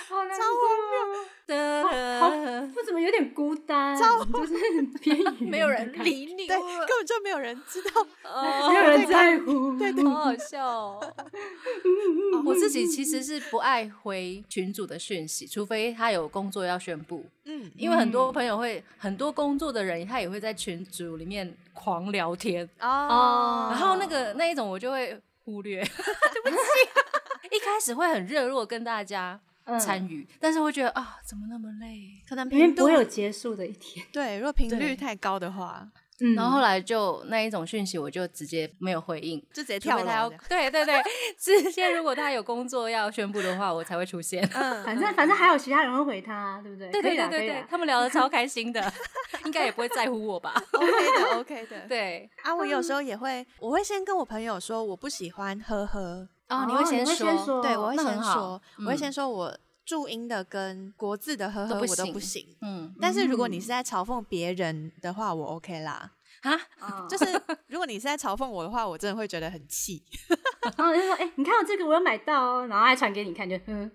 好难过，好
的
不怎么有点孤单，
超
就是很边缘，
没有人，理你，
对，根本就没有人知道。
哦
没有人在乎，
对 对
好好笑哦！我自己其实是不爱回群主的讯息，除非他有工作要宣布，
嗯，
因为很多朋友会，很多工作的人他也会在群组里面狂聊天，
哦
然后那个那一种我就会忽略，对不 起。一开始会很热络跟大家
嗯
参与，但是会觉得啊，怎么那么累？
可能
因为
频
不
度
会有结束的一天。
对，如果频
对
率太高的话，
嗯
然后后来就那一种讯息，我就直接没有回应，
就直接
除
跳
非他要
楼这样。
对对 对，之前如果他有工作要宣布的话，我才会出现。
嗯，
反正反正还有其他人会回他，对不 对？
对对
可以
对
啦
对
可以
对
啦，
他们聊的 超开心的，应该也不会在乎我吧？
OK 的 OK 的。
对，
啊，我有时候
嗯
也会，我会先跟我朋友说我不喜欢，呵呵。
哦，
你
会
先
说，
说
对，我会
那很
先
好
说，我会
嗯
先说我注音的跟国字的呵
都不
呵我都
行
不行。
嗯
但是如果你
嗯
是在嘲讽别人的话，我 OK 啦。
啊，
啊
就是如果你是在嘲讽我的话，我真的会觉得很气。
然后就说，哎、你看我这个，我有买到哦，然后还传给你看，就嗯，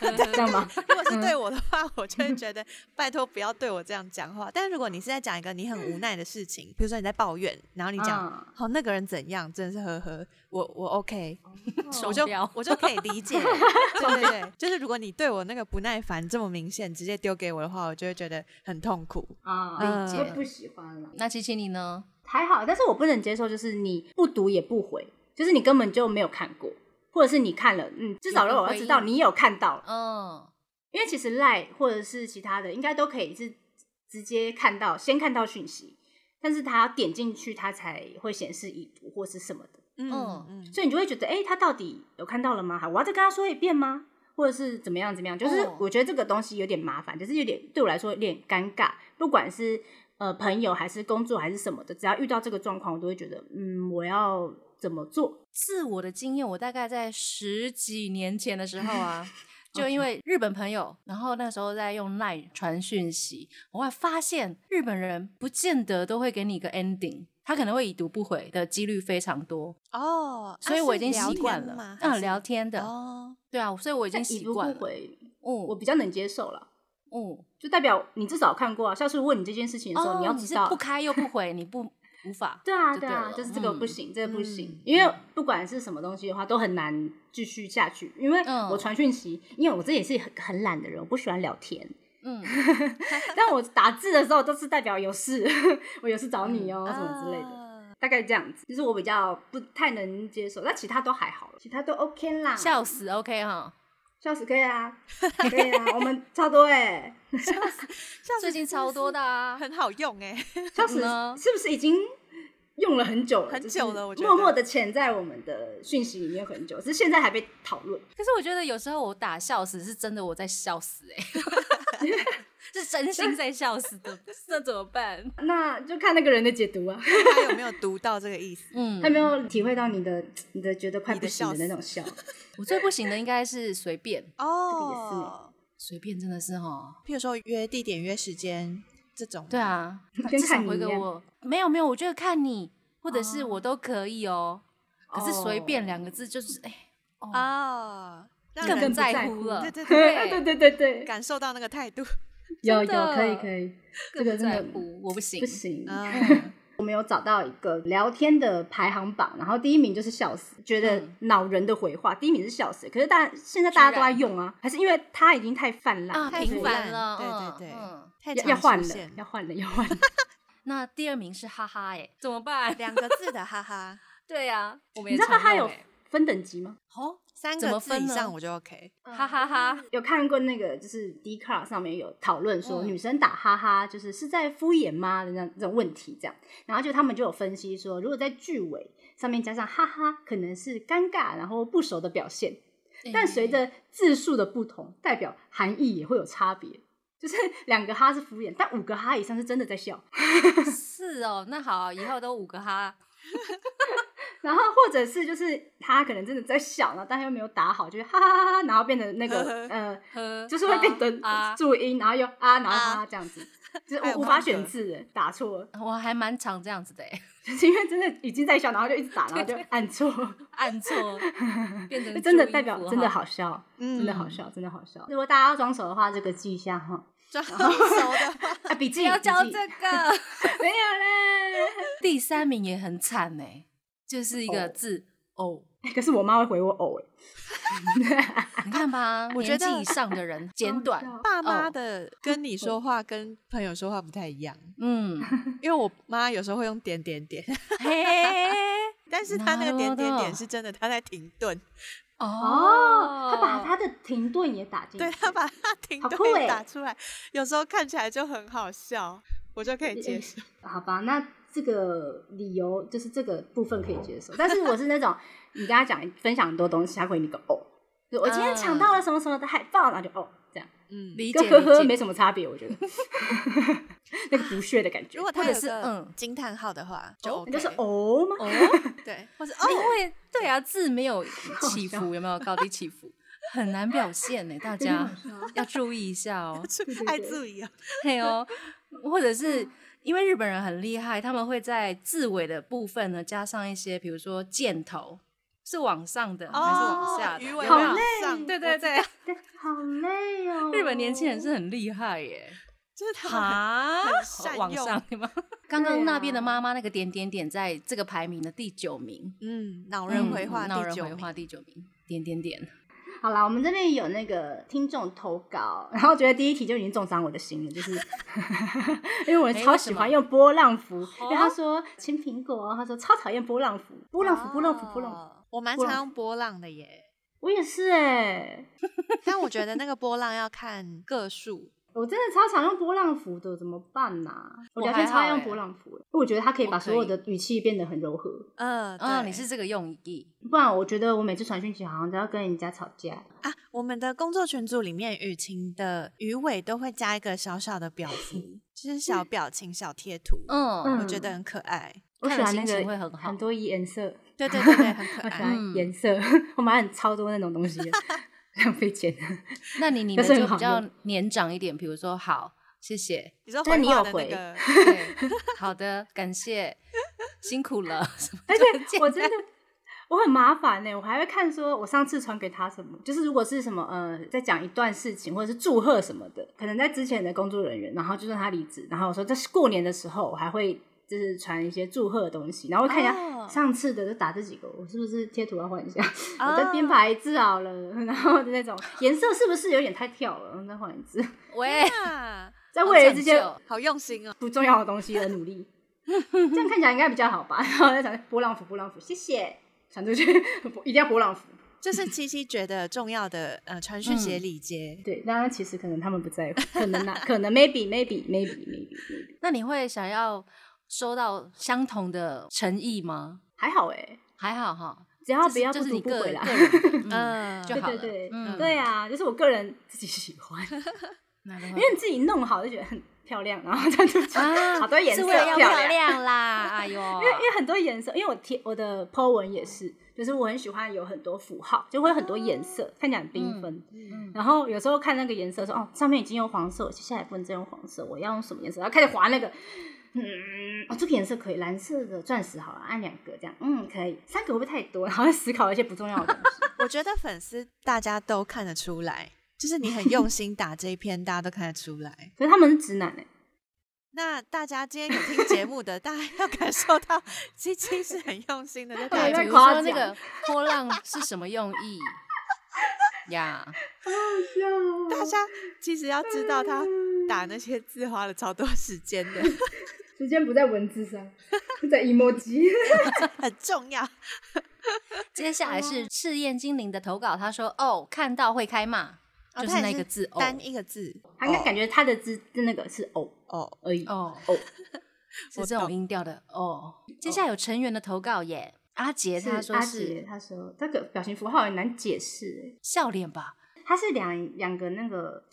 这样吗？
如果是
嗯
对我的话，我就 会觉得拜托不要对我这样讲话。但如果你是在讲一个你很无奈的事情，比如说你在抱怨，然后你讲
嗯
好、那个人怎样，真的是呵呵，我我 OK，
手
我就
标
我就可以理 解。对对对，就是如果你对我那个不耐烦这么明显，直接丢给我的话，我就会觉得很痛苦。嗯
啊，
理
就
解
不喜欢
嗯
了，
那琪琪你呢？
还好，但是我不能接受，就是你不读也不回，就是你根本就没有看过，或者是你看了，嗯，至少
也
让
不
我要
回
知道
应
你有看到了，
嗯，
因为其实赖或者是其他的，应该都可以是直接看到，先看到讯息，但是他点进去，他才会显示已读或是什么的。
嗯
嗯
所以你就会觉得，哎、他到底有看到了吗？我要再跟他说一遍吗？或者是怎么样怎么样？就是
哦
我觉得这个东西有点麻烦，就是有点对我来说有点尴尬。不管是呃朋友还是工作还是什么的，只要遇到这个状况，我都会觉得，嗯，我要怎么做？
自我的经验，我大概在十几年前的时候啊。就因为日本朋友，然后那时候在用 LINE 传讯息，我后来发现日本人不见得都会给你一个 ending，他可能会已读不回的几率非常多，
啊
哦，
所以我已经习惯了。
啊，
啊，聊天的，
哦，
对啊，所以我已经
但已
习
读
惯
不
了。
回，我
嗯
比较能接受了，
嗯，
就代表你至少看过啊。下次问你这件事情的时候，
哦
你要
你
知
是
道
不开又不回，你不无法。
对啊，
就
对
对
啊
了，
就是这个不
嗯
行，这个不行
嗯，
因为不管是什么东西的话，都很难继续下去。因为
嗯
我传讯息，因为我这也是很很懒的人，我不喜欢聊天。
嗯，
但我打字的时候都是代表有事， 我有事找
嗯
你哦，
嗯
什么之类的，
的。
大概这样子。就是我比较不太能接受，但其他都还好，其他都 OK 啦。
笑死，OK 哈。
笑死可以 啊，可以啊，我们超多哎、
最近超多的啊，
很好用哎、
笑死
呢
是不是已经？用了很久了，
很
就是
久了我觉得
默默的潜在我们的讯息里面很久，只是现在还被讨论。
可是我觉得有时候我打笑死是真的我在笑死哎、 是真心在笑死的，那怎么 办？
那就看那个人的解读啊，
他有没有读到这个意 思？
嗯
他，没有体会到你的你的觉得快
你
不
的
行
笑
的那种笑，
我最不行的应该是随便，
哦，
随便真的是哈，
譬如说约地点、约时间这种，
对，啊，
跟
至少
看你
回
一
给
样。
我，没有没有，我觉得看你或者是我都可以哦，可是随便两个字就是哎，
哦，让
更
人
不
不
在
在
乎
乎
了，
对对
对
对
对对对对，
感受到那个态 度。
有有
真的
可以可以，
更
这个
不
真
在
的
乎，我不行
不，行。
嗯
我们有找到一个聊天的排行榜，然后第一名就是笑死，觉得
嗯
恼人的回话，第一名是笑死。可是大现在大家
居
都
然
在用啊，还是因为它已经太泛滥
啊，
了，
太
平
腐
凡
烂
了，嗯
对对对
嗯
太
要
常
要换
出
了
现，
要换了， 要换了。
那第二名是哈哈哎，怎么办？
两个字的哈哈，
对呀，我们也
你知道哈哈
常用
有
欸
分等级吗？
哦，
三
怎么
个字
分
以
呢
上我就 OK。
哈哈哈，
有看过那个就是 d c a r 上面有讨论说
嗯
女生打哈哈就是是在敷衍吗的那这种问题这样，然后就他们就有分析说，如果在句尾上面加上哈哈，可能是尴尬然后不熟的表现，嗯
嗯
但随着字数的不同，代表含义也会有差别。就是 两个哈是敷衍，但五个哈以上是真的在笑。
是哦，那好，以后都五个哈。
然后或者是就是他可能真的在笑，然后但他又没有打好，就是哈哈哈哈，然后变成那个呃
呵
就是会变得
啊，
注音，然后又啊，然后
啊
啊这样子，就是
还有
无无法
空格
选字的，打错 了，
我还蛮常这样子的欸，
就是因为真的已经在笑，然后就一直打，然后就按错，
按错变成
真的
注音
代表
符
真的
号，
好笑，
嗯
真的好笑，真的好笑。如果大家要装熟的话，这个记一下哈，
装熟的话，
啊，笔
不
记，
要
笔
教
记
这 个。
没有嘞，
第三名也很惨哎，就是一个
哦
字哦。
哎可是我妈会回我偶哎，
你看 吧，
我
年
觉
纪
得
以上的人简短，
爸妈
哦
的跟你说话跟朋友说话不太一样，
嗯，
因为我妈有时候会用点点 点，
嘿，
但是她那个
な
点点
るほ
点
ど
是真的，她在停顿，
哦，她把她的停顿也
嗯
打进去，
对她把她停
好酷欸
顿打出来，有时候看起来就很好笑，我就可
嗯
以接
嗯
受。
好吧，那这个理由就是这个部分可以接受，但是我是那种你跟他讲分享很多东西，他会你个哦，就我今天抢到了什么什么的海报，然后就哦这样，
嗯，
理解
跟呵呵
理
没
解，
什么差别，我觉得 那个不屑的感觉
如。果
或
她
者
有
是
个
嗯
惊叹号的话，就
哦
你
OK，
就是哦吗？
哦，哎
对，或者
因
哦，
为对啊，字没有起伏，有没有高低起伏，很难表现呢，大家要注意一下哦。
爱注意哦，
嘿哦，或者是因为日本人很厉害，他们会在字尾的部分呢加上一些，比如说箭头是往上的、还是往下
哦，
的，
鱼
有
尾
没
好
有
累
上，
对对对，
对，好累哦。
日本年轻人是很厉害耶，
就是她
哈
很善
往
用
上对吗？刚刚那边的
对啊
妈妈那个点点点在这个排名的第九名，
嗯，恼人回
嗯
话
闹
第
人
九
回
名，
话第九名，点点点，
好啦，我们这边有那个听众投稿，然后觉得第一题就已经重伤我的心了，就是因为我超喜欢用波浪符，因为他说青苹果，他说超讨厌波浪符，波浪符，波浪符，波浪符。
哦我蛮
波
常
浪
用波浪的耶，
我也是哎、
欸
但我觉得那个波浪要看个数，
我真的超常用波浪符的，怎么办呐、我
我
聊
还
天超爱
好
用
欸
波浪符、欸，因为我觉得它可以
我
把
可
所有
以
的语气变得很柔和。
嗯
啊，
对
你是这个用意，
不然我觉得我每次传讯息好像都要跟人家吵架。
啊，我们的工作群组里面，雨晴的鱼尾都会加一个小小的表情，就是小表情、小贴图，
嗯
嗯
我觉得很可爱。
我
看
喜
了
欢那
心情
个
会很好
多颜色，
对对对对，很可
我喜
爱。
嗯
欢颜色，我买很超多那种东西的。
浪费钱。
那你你
但
们
是很
就比
好
较
用
年长一点，比如说好，谢谢，
你知道
但
回
你
话
有
的
回
那个，
对，好的，感谢，辛苦了，什么
而
都很
且
简
哎我真
单
的我很麻烦呢、我还会看说我上次传给他什么，就是如果是什么呃，在讲一段事情或者是祝贺什么的，可能在之前的工作人员，然后就让他离职，然后我说这是过年的时候，我还会。就是传一些祝贺的东西，然后我看一下、
哦
上次的就打这几个，我是不是贴图要换一下？我再编排一次好了， 然后就那种颜色是不是有点太跳了？然后再换一次，
喂，
啊
在为了这些
好讲究
好用心哦。
不重要的东西而 努力，这样看起来应该比较好吧？ 然后再讲波浪符，波浪符，谢谢，传出去 一定要波浪符。
这是七七觉得重要的呃传讯息的礼节。
对，当然其实可能他们不在乎，可 能啦，可能 maybe maybe maybe maybe maybe
那你会想要收到相同的诚意吗？
还好哎、
还好哈，
只要
这
不
是
要
这
不
是
读
你
不
个
回
人
啦。
个 人
嗯，
就
对
好了，
对对，
嗯
对啊，就是我个人自己喜欢，
那就
因
会
为你自己弄好就觉得很漂亮，然后这样就觉得
啊，
好多颜
是
色
为了要漂
亮。
亮 啦，哎呦，
因为因为很多颜色，因为我贴我的 po 文也是，就是我很喜欢有很多符号，就会有很多颜色，看起来很缤纷。然后有时候看那个颜色说，哦，上面已经用黄色，接下来不能再用黄色，我要用什么颜色？然后开始划那个，嗯，哦，这个颜色可以，蓝色的钻石好了，按两个这样，嗯，可以，三个会不会太多？然后思考一些不重要的东西。
我觉得粉丝大家都看得出来，就是你很用心打这一篇，大家都看得出来。
可是他们是直男哎、
那大家今天有听节目的，大家要感受到七七是很用心的在打这
对
比
在
如
夸
说那
奖
个波浪是什么用 意呀？哦
大家其实要知道，他打那些字花了超多时间的，
时间不在文字 上，是在 emoji。
很重要。
接下
哦
来是赤焰精灵的投稿，他说：“哦，看到会开骂，就
哦
是
它也
那个字哦
单一个字
他应该感觉他的字那个是哦
哦，
而已。
哦，
哦，
是这种音调的哦。”接下来有成员的投稿耶，阿杰他说
阿杰
是
他说这个表情符号很难解释欸，
笑脸吧，
它是两两个那个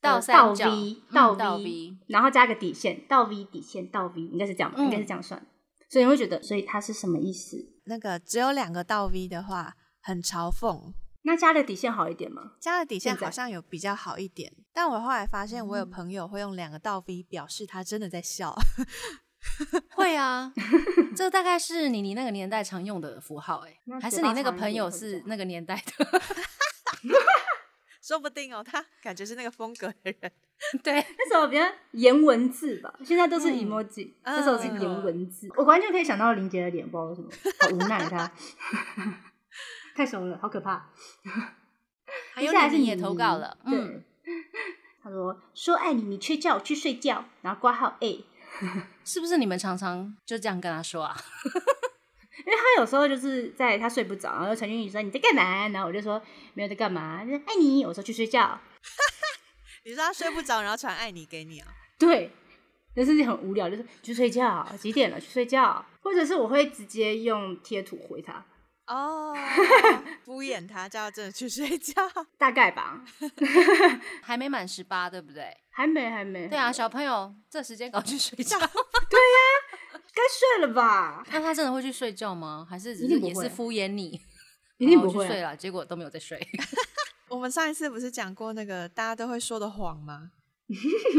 倒
呃
三
倒
角
V
嗯
倒 V,、
倒 V
然后加个底线，倒 V 底线倒 V，应该是这样吧，
嗯
应该是这样算。所以你会觉得，所以它是什么意思？
那个只有两个倒 V 的话，很嘲讽。
那加了底线好一点吗？
加了底线
现在
好像有比较好一点，但我后来发现，我有
嗯
朋友会用两个倒 V 表示他真的在笑。
会 啊，这大概是你你那个年代常用的符号哎
那，
还是
嘴巴
你那个
长一
朋
点
友
会比
是
较
那个年代 的？
说不定哦，他感觉是那个风格的人。
对，
那时候比较言文字吧，现在都是
嗯
emoji，、
嗯
那时候是言文字。我完全可以想到林杰的脸，不知道为什么，好无奈 他，太熟了，好可怕。
还
接
有
下来是
你也
妮
投
妮
稿了，
对
嗯，
他说说爱你，你却叫我去睡觉，然后挂号哎 A，因
是不是你们常常就这样跟他说啊？
为他有时候就是在他睡不着，然后陈俊宇说你在干嘛？然后我就说没有在干嘛，他说爱你，我说去睡觉，
你说他睡不着，然后传爱你给你啊？
对，但是很无聊，就是去睡觉，几点了？去睡觉，或者是我会直接用贴图回他，
哦，敷衍他，叫他真的去睡觉。
大概吧，
还没满十八，对不对？
还没还没，
对啊，小朋友这时间搞去睡 觉，
该睡了吧？
那他真的会去睡觉吗？还是只是
一定不
也是
会
敷衍你？
一定
然后
不会
去
啊
睡了，结果都没有在睡
我们上一次不是讲过那个大家都会说的谎吗？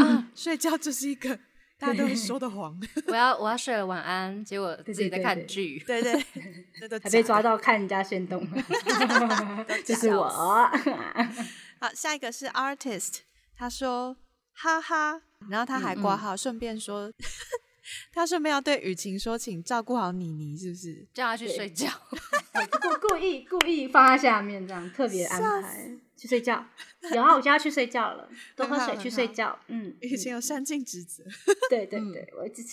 啊！
睡觉就是一个大家都会说的谎。
我要我要睡了，晚安。结果自己在看剧，
对对，那都
还被
假
抓
的。
到看人家炫动， 就是我。
好，下一个是 artist，他说哈哈，然后他还挂号，顺便说他顺便要对雨晴说，请照顾好妮妮，是不是？
叫他去睡觉。
故故意故意放在下面，这样特别安排去睡觉。有啊，我叫他去睡觉 了，多喝水去睡觉。嗯，
雨晴有善尽职责。
对对
嗯
对，我只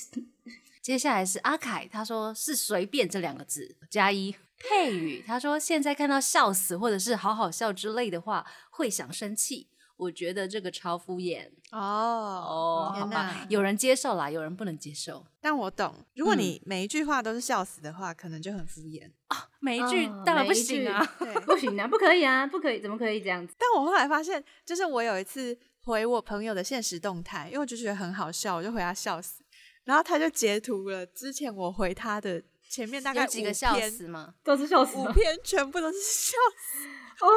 接下来是阿凯，他说是随便这两个字加一。佩宇他说现在看到笑死或者是好好笑之类的话，会想生气。我觉得这个超敷衍
哦
哦，好
天
吧
哪，！
有人接受啦，有人不能接受。
但我懂，如果你每一句话都是笑死的话，可能就很敷衍。
每一句
嗯
哦
当然不
每一句
行啊，
对，
不行啊，不可以啊，不可以，怎么可以这样子？
但我后来发现，就是我有一次回我朋友的现实动态，因为我就觉得很好笑，我就回他笑死，然后他就截图了之前我回他的前面大概
有几个
五
笑
篇
死吗？
都是笑死
五
了。
篇全部都是笑死，
哦，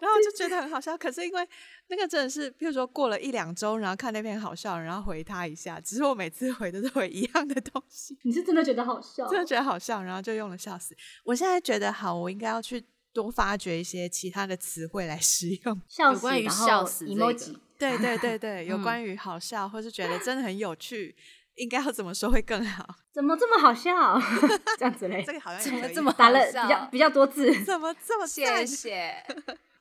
然后就觉得很好笑。可是因为那个真的是，譬如说过了一两周，然后看那篇好笑，然后回他一下，只是我每次回都是回一样的东西，
你是真的觉得好笑？
真的觉得好笑，然后就用了笑死。我现在觉得好，我应该要去多发掘一些其他的词汇来使用。
笑
有
死，
关于
然后
笑死这个
emoji，
对对对对，有
嗯
关于好笑，或是觉得真的很有趣，应该要怎么说会更好？
怎么这么好笑？ 这样子嘞
这，个好像
哎怎
也
么
可以
这么
打
好
了比较
笑？哦
比较多字，
怎么这么
谢
赞
谢。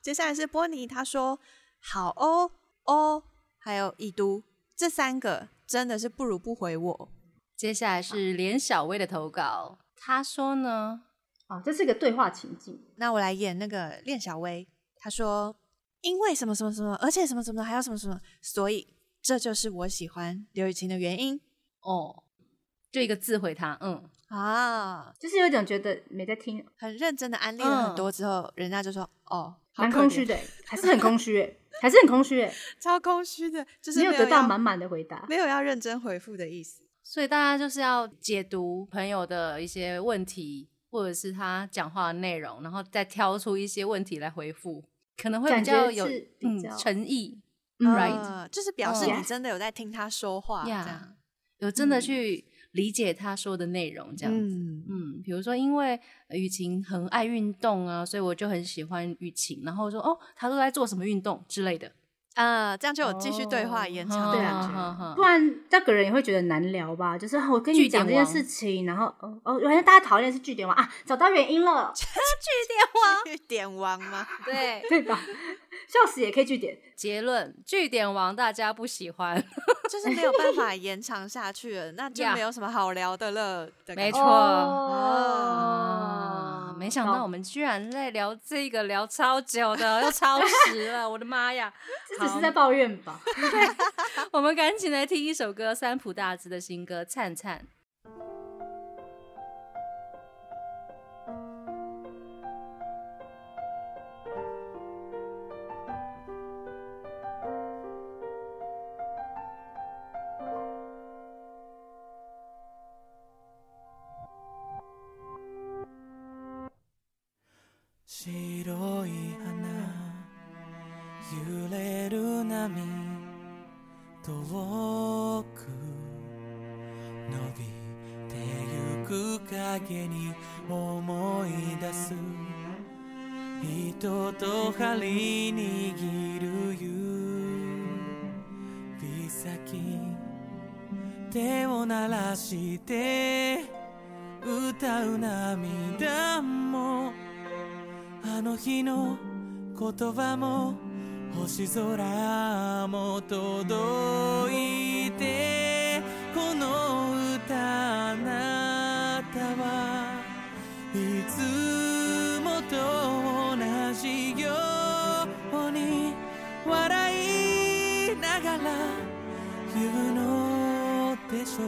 接下来是波尼，他说好哦哦，还有已读这三个真的是不如不回我。
接下来是连小薇的投稿，她说呢，
哦，这是个对话情境。
那我来演那个练小薇，他说因为什么什么什么，而且什么什么还有什么什么，所以这就是我喜欢刘雨晴的原因
哦，就一个字回她，嗯，
啊。
就是有一种觉得没在听，
很认真的安利了
嗯
很多之后，人家就说哦，好
蛮
可
空
怜
虚，的欸，还是很空虚欸，还是很空虚欸，
超空虚的，就是
没有得到
要
满满的回答
没。有要认真回复的意思。
所以大家就是要解读朋友的一些问题，或者是他讲话的内容，然后再挑出一些问题来回复，可能会比
感
较
觉
有
是比
嗯
较
诚意，
嗯
right
呃就是表示
哦
你真的有在听他说话，这样
呀，有真的
嗯
去理解他说的内容，这样子。
嗯
嗯，比如说，因为呃雨晴很爱运动啊，所以我就很喜欢雨晴。然后我说，哦，她都在做什么运动之类的，
啊，这样就有继续对话
哦
延长的
对
感
啊
觉。
哈哈
不然那个人也会觉得难聊吧？就是啊我跟
据
你
点
讲这件
王
事情，然后哦哦，原来大家讨厌的是据点王啊，找到原因了，
据点王吗？
对，
对吧？笑死也可以据点，
结论据点王大家不喜欢，
就是没有办法延长下去了，那就
Yeah
没有什么好聊的了的感觉。
没错
哦
啊，没想到我们居然在聊这个聊超久的，又超时了，我的妈 呀！
这只是在抱怨吧？
我们赶紧来听一首歌，三浦大知的新歌《灿灿》。
白い花揺れる波遠く伸びてゆく影に思い出す人と針握る指先手を鳴らして歌う涙もあの日の言葉も星空も届いてこの歌あなたはいつもと同じように笑いながら言うのでしょう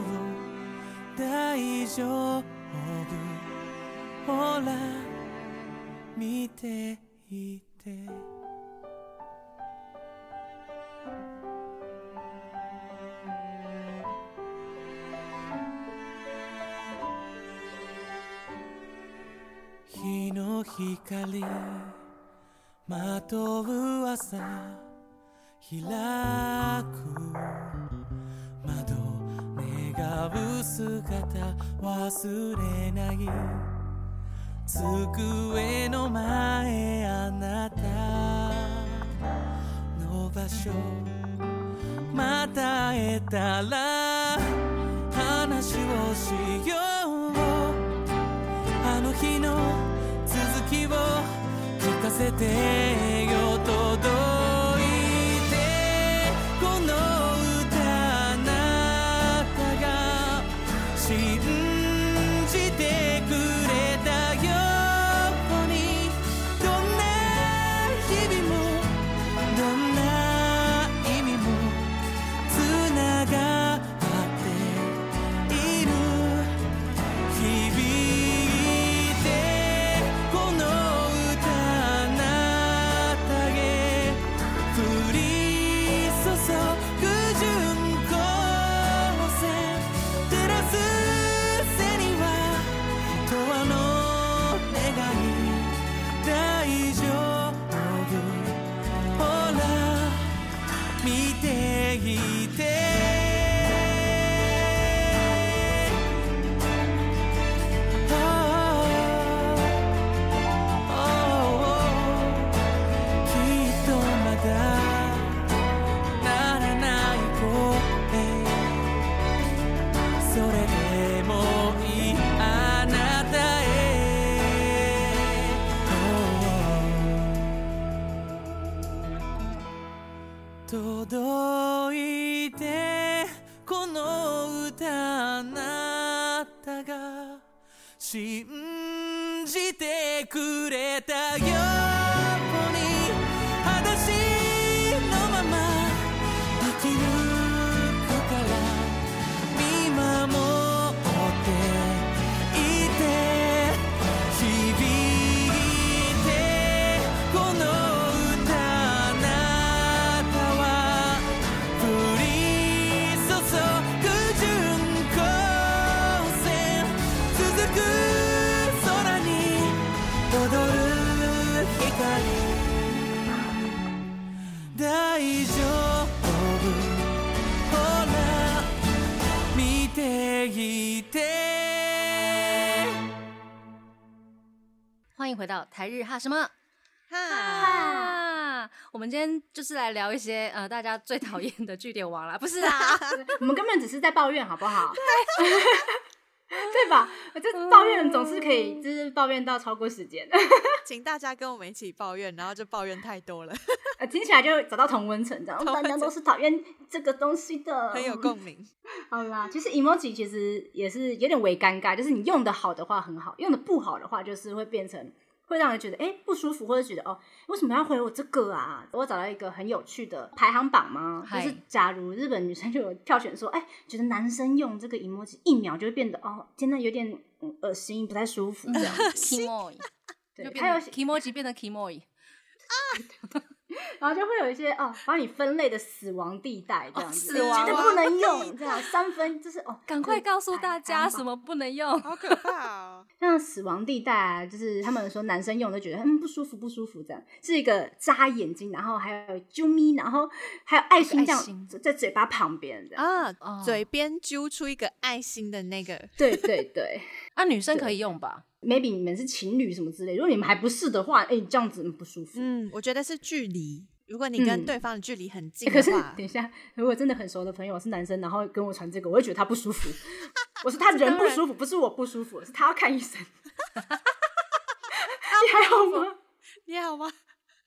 大丈夫ほら見ていて」「日の光まとう朝開く」窓願う姿忘れない机の前あなたの場所また会えたら話をしようあの日の続きを聞かせてよ届いてこの歌あなたが信じてくれたようにどんな日々もどんな意味もつながっている響いて「この歌あなた届いてこの歌あなたが信じてくれたように裸足のまま生きるから見守っていて響いてこの歌あなたは降り注ぐ巡航線続く空に踊る光大丈夫ほら見ていて
欢迎回到台日哈什么
哈，
啊？我们今天就是来聊一些呃大家最讨厌的据点王啦，不是 啊？
我们根本只是在抱怨，好不好？对吧？这抱怨总是可以，就是抱怨到超过时间，
请大家跟我们一起抱怨，然后就抱怨太多了，
呃听起来就找到同温层，这样大家都是讨厌这个东西的，
很有共鸣。
好啦，其实 emoji 其实也是有点微尴尬，就是你用的好的话很好，用的不好的话就是会变成会让人觉得哎、诶不舒服，或者觉得哦为什么要回我这个啊？我找到一个很有趣的排行榜吗？就
嗨
是假如日本女生就有票选说，哎、觉得男生用这个 emoji 一秒就会变得哦真的有点嗯恶心，不太舒服这样。
Kimoi
对
就，
还有
变成 Kimoji 变成 Kimoi，
然后就会有一些哦把你分类的死亡地带这样子，
哦死亡
绝对不能用这样，三分就是哦
赶快告诉大家什
么。
么不能用。
好可怕哦！
像死亡地带啊，就是他们说男生用都觉得嗯不舒服不舒服这样，是一个扎眼睛，然后还有啾咪，然后还有爱心这
爱心
样在嘴巴旁边这样。
啊，
哦
嘴边揪出一个爱心的那个，
对对对
啊，女生可以用吧？
，maybe 你们是情侣什么之类，如果你们还不是的话，哎、这样子很不舒服。
嗯，我觉得是距离。如果你跟
嗯
对方的距离很近
欸可
的
是
话，
等一下，如果真的很熟的朋友是男生，然后跟我传这个，我会觉得他不舒服。我说他人不舒服，不是我不舒服，是他要看医生。 你还好吗？
你好吗？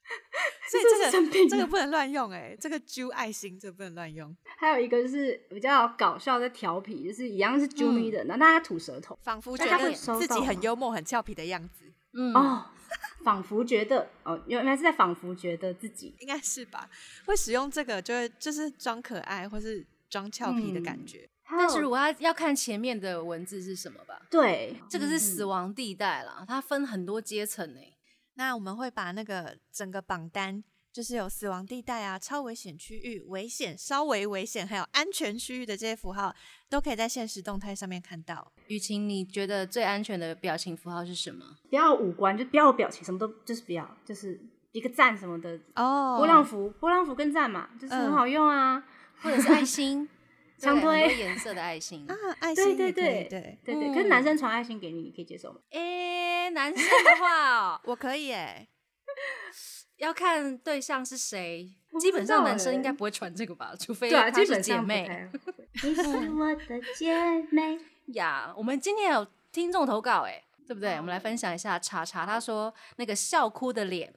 所
这
以
是
这
生
个
病
这
了
个不能乱用哎、这个揪爱心这个不能乱用，
还有一个就是比较搞笑的调皮，就是一样是啾
嗯
咪的，那、那他吐舌头、
仿佛觉
但他
得
会收
自
到
己很
吗
幽默、很俏皮的样子，
嗯，
哦，仿佛觉得哦，原来是在仿佛觉得自己
应该是吧？会使用这个就会就是装可爱或是装俏皮的感
嗯
觉。
但是如
我
果要要看前面的文字是什么吧，
对嗯
这个是死亡地带啦，它分很多阶层诶。
那我们会把那个整个榜单，就是有死亡地带啊、超危险区域、危险、稍微危险，还有安全区域的这些符号，都可以在现实动态上面看到。
雨晴，你觉得最安全的表情符号是什么？
不要五官，就不要有表情，什么都就是不要，就是一个赞什么的。
哦
波浪符，波浪符跟赞嘛，就是很好用啊。
或者是爱 心，
强
对
推
很多颜色的爱心
啊。，爱
对
心
对
也可以
对
对，
对对，
嗯
可是男生传爱心给你，你可以接受吗？
诶，男生的话哦，
我可以哎、
要看对象是谁
我不知道。
基本上男生
欸
应该不会传这个吧，除非
对啊，
她
基
是
本
姐
上不
妹
太会。 你是我的姐妹，
呀。我们今天有听众投稿诶，对不对？我们来分享一下查查，他说那个笑哭的脸，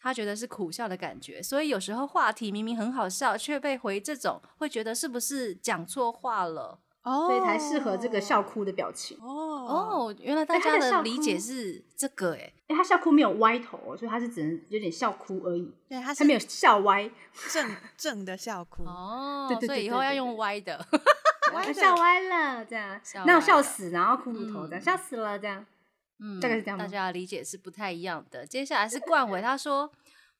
他觉得是苦笑的感觉，所以有时候话题明明很好笑，却被回这种，会觉得是不是讲错话了？
哦，
所以才适合这个笑哭的表情。
哦哦，
哦，原来大
哎他
家
的
的
笑
理
哭
解是这个欸诶。
因为他笑哭没有歪头哦，所以他是只能有点笑哭而已，
对，它是
他没有笑 歪。
正正的笑哭，
哦，
对对
所以
对
以
对
后要
对
用
对
歪 的。
歪的
笑歪了这样
笑，
那
歪
我笑
了
死，然后哭乳头这
嗯
样，笑死了这样。
嗯
大概是这样
大
吗
家的理解是不太一样的。接下来是冠伟，他说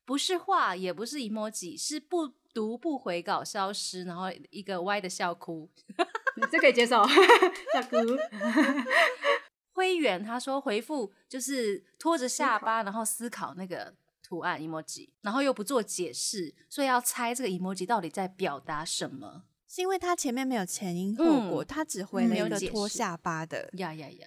不是话，也不是 emoji，是不读不回稿消失，然后一个歪的笑哭。
这可以接受， 笑哭。
灰原他说回复就是拖着下巴，然后思考那个图案 emoji，然后又不做解释，所以要猜这个 emoji 到底在表达什么。
是因为它前面没有前因后果，
嗯
它只回了
没有
一个
解
拖
释
下巴的。
呀呀呀！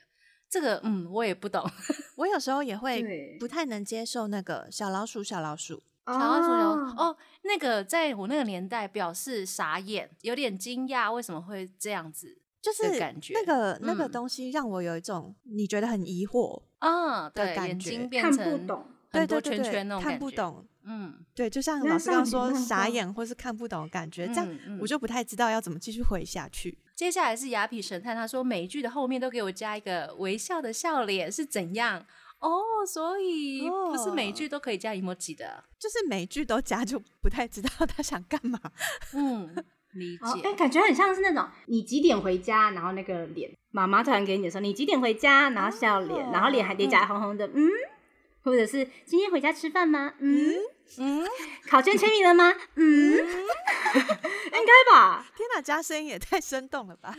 这个嗯，我也不懂。
我有时候也会
对
不太能接受那个小老鼠，小老鼠，
哦
小老鼠小老鼠哦，那个在我那个年代表示傻眼，有点惊讶，为什么会这样子？
就是
感觉
那个那个
嗯
东西让我有一种你觉得很疑惑，
啊，
的
对，
感
眼
觉
睛变
看不
成
懂，
很
对
多
对对
圈
对
圈那，种
看
感
不
觉，
懂。
嗯，
对，就像
那
老师
少
刚刚
女
说
漫
傻
画
眼或是看不懂的感觉，这样
嗯
我就不太知道要怎么继续回下去。
接下来是雅痞神探，他说每一句的后面都给我加一个微笑的笑脸是怎样？哦，所以不是每一
哦
句都可以加 emoji 的，
就是每句都加，就不太知道他想干嘛。
嗯，理
哦，
解
哎、，感觉很像是那种你几点回家，然后那个脸，妈妈突然给你的时候，你几点回家，然后笑
哦
脸，然后脸还叠加红红的，嗯，或者是今天回家吃饭吗？嗯
嗯，
考卷签名了吗？ 嗯，应该吧。
天哪，加声音也太生动了吧！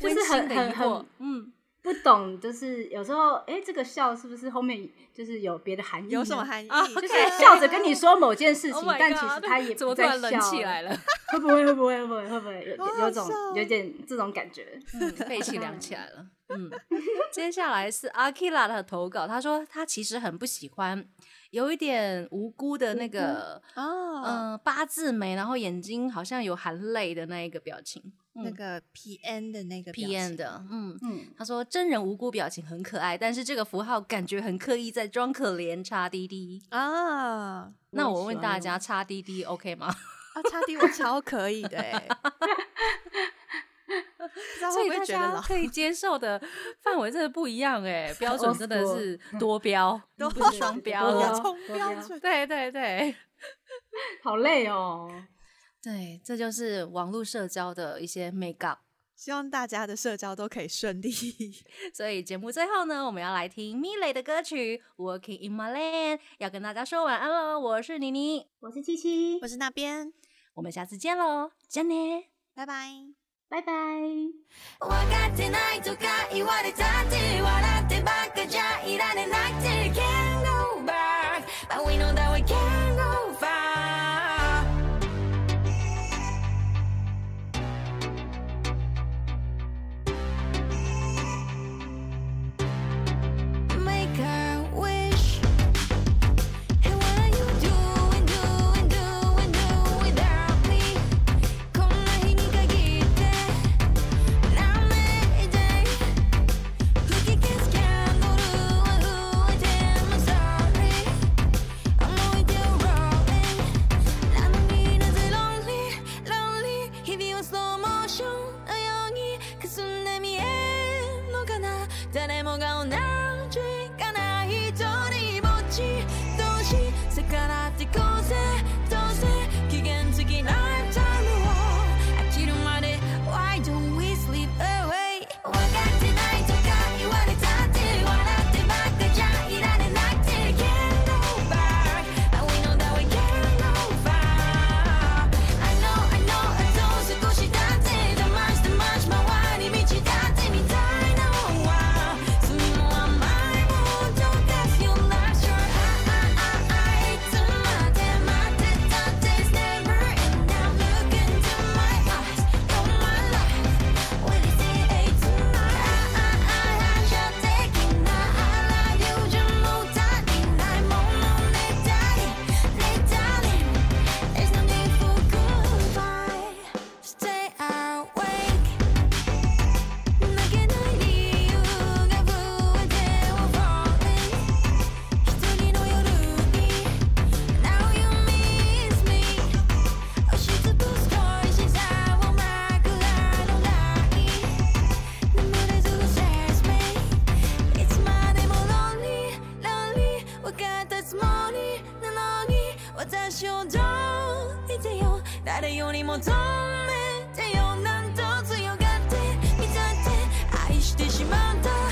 就
温
是
馨
很
的疑
很
惑
很，
嗯，
不懂，就是有时候，哎、这个笑是不是后面就是有别的含义？
有什么？含义？
啊
就是
OK
笑着跟你说某件事情
Oh my
但其实
God，
他也
怎么
不
突
在
然冷
笑
起
了
来 了？
会不会？会不会？会不会？会不会
好
有
好
有
笑哦
种有点这种感觉？
嗯，背起凉起来了。嗯，接下来是阿 k i l a 的投稿，他说他其实很不喜欢有一点无辜的那个，
哦，
嗯、八字眉，然后眼睛好像有含泪的那一个表情
那个 P N 的那个表
，P N
情
的，嗯。
嗯，
他说：“真人无辜表情很可爱，但是这个符号感觉很刻意在装可怜。”叉滴滴。
啊
那我
我也
问
喜欢
大
那
家，叉滴滴 OK 吗？
啊，差点我超可以 的欸，不知道
所
会
以
不
大
会觉得
家嗯
老？
可以接受的范围真的不一样哎、 标准
Old
真的
哦
school
是
嗯
多标，
都
不是 双标
多
了
标。
冲
多
标
标
准，
对对对
好累哦。
对，这就是网络社交的一些 make up。
希望大家的社交都可以顺利。
所以节目最后呢，我们要来听米蕾的歌曲《Working in My Land》，要跟大家说晚安喽。我是妮妮，
我是七七
我，是那边，
我们下次见喽，再见。
拜拜。
拜拜。
分かってないとか言われたって笑ってばっかじゃいられないって Can't go back But we know that we can't go back Make a wish And what are you doing, doing, doing, doing without me こんな日に限って吹き消すキャンドルは吹いても Sorry I'm only still rolling なのになぜ Lonely Lonely 日々はスローモーションのように霞んで見えるのかな誰もが同じかな一人ぼっち同士逆らってこうぜどうせ期限付きライフタイムを飽きるまで Why don't we sleep away 分かってないとか言われたって笑ってばっかじゃいられなくて Can't go back And we know that we can't go back I know I know あと少しだってだましだまし回り道だってみたいなのは罪も甘いもん Don't ask you not sure I, I, I, I いつまで待ってたって It's never end Now look into my eyes All my life Will you see it tonight? I, I, I 反射的なあらゆるも足りないものねだりねだり There's no need for goodbye Stay awake 泣けない理由が増えて We're falling 一人の夜に Now you miss me 押しつぶす恋しさを枕のない眠れず Says me いつまでも Lonely Lonely 分かったつもりなのに私をどういてよ誰よりも止めてよなんと強がって見たって愛してしまった